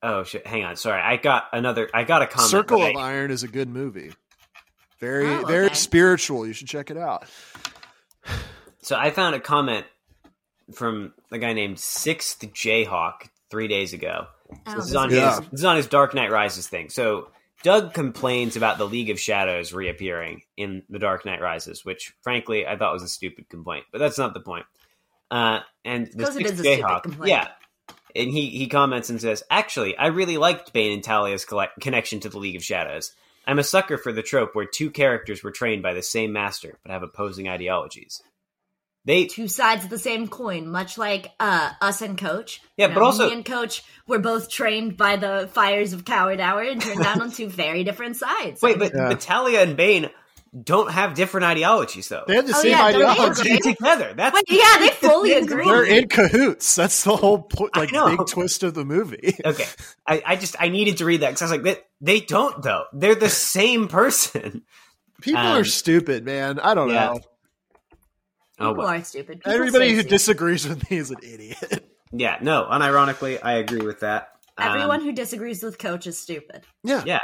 S3: Oh shit! Hang on. Sorry, I got another. I got a comment.
S4: Circle
S3: but
S4: of
S3: I-
S4: Iron is a good movie. Very,
S5: Oh,
S4: very
S5: okay.
S4: spiritual. You should check it out.
S3: So I found a comment from a guy named Sixth Jayhawk three days ago.
S5: Oh,
S3: This is on
S4: Yeah.
S3: his this is on his Dark Knight Rises thing. So Doug complains about the League of Shadows reappearing in the Dark Knight Rises, which frankly I thought was a stupid complaint, but that's not the point. Uh, and the
S5: Because it
S3: Sixth
S5: is a stupid
S3: Jayhawk,
S5: complaint.
S3: yeah. And he he comments and says, "Actually, I really liked Bane and Talia's collect- connection to the League of Shadows. I'm a sucker for the trope where two characters were trained by the same master but have opposing ideologies. They
S5: two sides of the same coin, much like uh, us and Coach.
S3: Yeah,
S5: You
S3: but
S5: know,
S3: also-
S5: me and Coach were both trained by the fires of Coward Hour and turned out on two very different sides.
S3: Wait, but,
S4: Yeah.
S3: but Talia and Bane don't have different ideologies, though.
S4: They have the
S5: Oh,
S4: same
S5: yeah, don't they
S4: ideology.
S5: agree?
S3: They're together. That's
S5: Wait, yeah, they fully agree.
S4: They're in cahoots. That's the whole pl-
S3: I
S4: like
S3: know.
S4: big twist of the movie.
S3: okay. I, I just I needed to read that because I was like, they, they don't though. They're the same person.
S4: People
S3: Um,
S4: are stupid, man. I don't
S3: yeah.
S4: know.
S3: Oh,
S5: People
S3: well.
S5: are stupid. People
S4: Everybody
S5: say
S4: who
S5: so.
S4: disagrees with me is an idiot.
S3: yeah, no. Unironically, I agree with that. Um,
S5: Everyone who disagrees with Coach is stupid.
S4: Yeah.
S3: Yeah.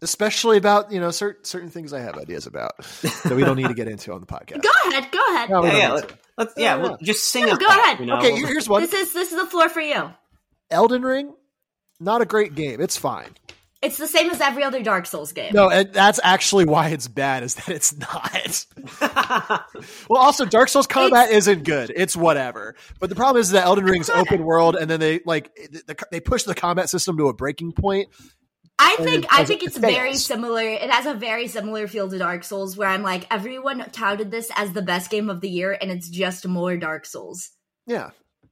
S4: Especially about, you know, certain certain things I have ideas about that we don't need to get into on the podcast.
S5: Go ahead, go ahead.
S4: No, we
S3: yeah,
S4: don't
S3: yeah,
S4: need
S3: let-
S4: to.
S3: let's yeah,
S4: Oh, Yeah,
S3: well, just sing.
S5: No,
S3: up
S5: go
S3: that,
S5: ahead.
S3: You know?
S4: Okay,
S3: We'll-
S4: here- here's one.
S5: This is this is the floor for you.
S4: Elden Ring, not a great game. It's fine.
S5: It's the same as every other Dark Souls game.
S4: No, and that's actually why it's bad is that it's not. Well, also Dark Souls combat isn't good. It's whatever. But the problem is that Elden Ring's open world, and then they like the, they push the combat system to a breaking point.
S5: I
S4: and
S5: think
S4: it-
S5: I
S4: as
S5: think
S4: it
S5: it's very
S4: fails.
S5: similar. It has a very similar feel to Dark Souls, where I'm like, everyone touted this as the best game of the year, and it's just more Dark Souls.
S4: Yeah,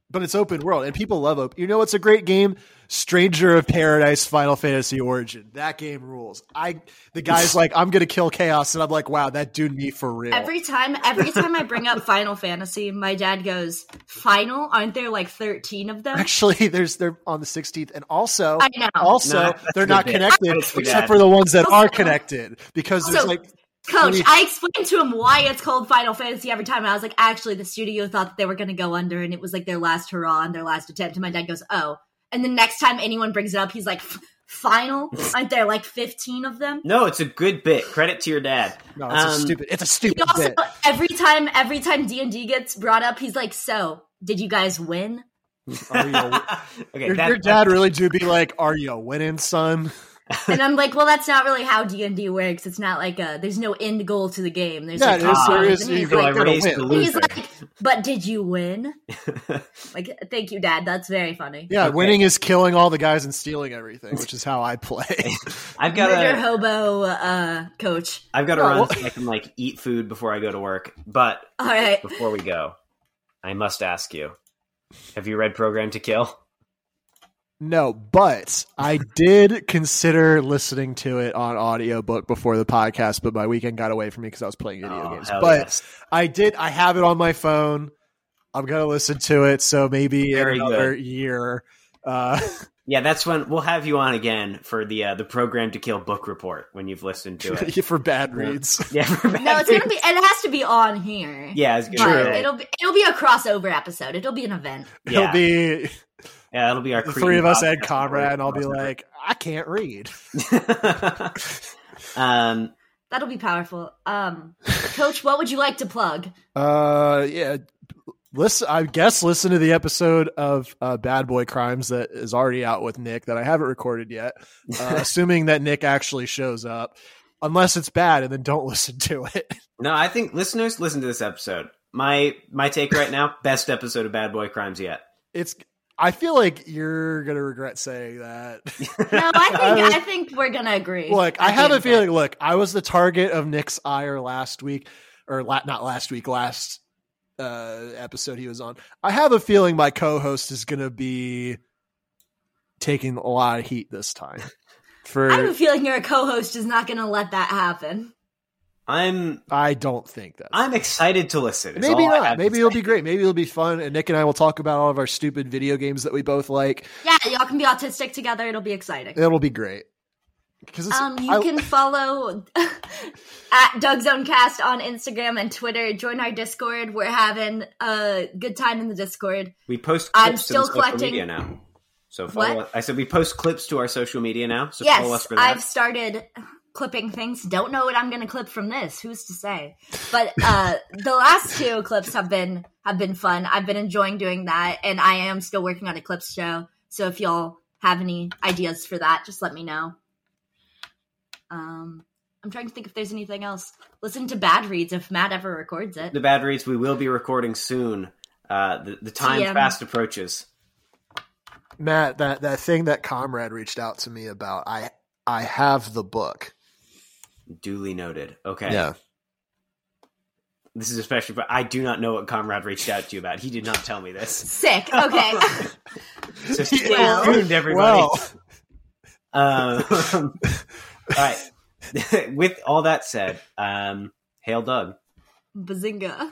S4: but it's open world, and people love open. You know, what's a great game. Stranger of Paradise, Final Fantasy Origin. That game rules. I the guy's like, I'm gonna kill chaos, and I'm like, wow, that dude me for real.
S5: Every time, every time I bring up Final Fantasy, my dad goes, "Final? Aren't there like 13 of them?"
S4: Actually, there's they're on the 16th, and also
S5: I know.
S4: also
S3: Nah, that's
S4: they're
S3: good
S4: not
S3: bit.
S4: connected
S3: That's too
S4: except
S3: bad.
S4: for the ones that
S5: Also-
S4: are connected because there's
S5: Also-
S4: like
S5: Coach,
S4: we-
S5: I explained to him why it's called Final Fantasy every time. I was like, actually, the studio thought that they were going to go under, and it was like their last hurrah and their last attempt. And my dad goes, "Oh." And the next time anyone brings it up, he's like, "F- final. Aren't there like 15 of them?
S3: No, it's a good bit. Credit to your dad.
S4: No, it's a
S3: Um,
S4: stupid. It's a
S5: He
S4: stupid
S5: also
S4: bit.
S5: every time every time D and D gets brought up, he's like, "So, did you guys win?"
S4: Are you-
S3: okay,
S4: your,
S3: that-
S4: your dad really do be like, "Are you winning, son?"
S5: And I'm like, "Well, that's not really how D and D works. It's not like a there's no end goal to the game. There's
S4: Yeah,
S5: like
S4: it is.
S5: combos."
S4: There is.
S5: And
S4: You
S5: he's
S4: go
S3: I
S5: like,
S4: like,
S3: raised
S4: win.
S3: a
S5: and he's
S3: loser.
S5: like, "But did you win?" Like, thank you, Dad. That's very funny.
S4: Yeah,
S3: Okay.
S4: winning is killing all the guys and stealing everything, which is how I play.
S3: I've got
S5: Murder
S3: to.
S5: hobo uh, coach.
S3: I've got to
S4: Oh,
S3: run
S4: well-
S3: so I can like eat food before I go to work. But
S5: All right,
S3: before we go, I must ask you: Have you read Program to Kill?
S4: no, but I did consider listening to it on audiobook before the podcast, but my weekend got away from me because I was playing video
S3: Oh,
S4: games.
S3: hell
S4: But
S3: yes.
S4: I did. I have it on my phone. I'm gonna listen to it. So maybe
S3: Very
S4: in another year. Uh,
S3: yeah, that's when we'll have you on again for the uh, the Program to Kill book report when you've listened to it.
S4: for bad reads.
S3: yeah, for
S5: no,
S3: bad
S5: it's gonna be. It has to be on here.
S3: Yeah, it's
S5: But
S3: gonna be-
S5: it'll be it'll be a crossover episode. It'll be an event.
S3: Yeah,
S4: It'll be
S3: yeah, it'll be our
S4: the
S3: Creed
S4: three of us
S3: podcast
S4: and Conrad, and I'll be
S3: crossover.
S4: like, I can't read.
S3: um,
S5: That'll be powerful. Um, Coach, what would you like to plug?
S4: Uh, yeah. Listen, I guess listen to the episode of uh, Bad Boy Crimes that is already out with Nick that I haven't recorded yet. Uh, assuming that Nick actually shows up, unless it's bad, and then don't listen to it.
S3: no, I think listeners listen to this episode. My my take right now: best episode of Bad Boy Crimes yet.
S4: It's. I feel like you're gonna regret saying that.
S5: No, I think
S4: I
S5: I,
S4: was-
S5: think we're gonna agree.
S4: look, I
S5: at the
S4: have
S5: end
S4: a
S5: of it.
S4: feeling. Look, I was the target of Nick's ire last week, or la- not last week, last uh, episode he was on. I have a feeling my co-host is going to be taking a lot of heat this time. For
S5: I have a
S4: I,
S5: feeling your co-host is not gonna let that happen.
S3: I'm
S4: don't think that.
S3: I'm excited to listen. is
S4: Maybe
S3: all I have
S4: not.
S3: to
S4: Maybe
S3: say.
S4: it'll be great. Maybe it'll be fun. And Nick and I will talk about all of our stupid video games that we both like.
S5: Yeah, y'all can be autistic together. It'll be exciting.
S4: It'll be great. Because
S5: Um, you
S4: I,
S5: can follow at Doug's Own Cast on Instagram and Twitter. Join our Discord. We're having a good time in the Discord.
S3: we post. Clips
S5: I'm
S3: to the
S5: still
S3: social
S5: collecting-
S3: media now. So follow
S5: What?
S3: us. I said we post clips to our social media now. So follow us
S5: yes,
S3: for that.
S5: I've started clipping things. Don't know what I'm going to clip from this. Who's to say? But uh, the last two clips have been have been fun. I've been enjoying doing that, and I am still working on a clips show. So if y'all have any ideas for that, just let me know. Um, I'm trying to think if there's anything else. Listen to Bad Reads if Matt ever records it.
S3: The bad reads. We will be recording soon. Uh, the, the time
S5: TM.
S3: fast approaches.
S4: Matt, that that thing that comrade reached out to me about, I I have the book.
S3: Duly noted. Okay. This is especially, but I do not know what Comrade reached out to you about. He did not tell me this.
S5: Sick. Okay.
S3: So stay
S5: Well-
S3: tuned, everybody.
S4: Well,
S3: Um, all right. With all that said, um, hail Doug.
S5: Bazinga.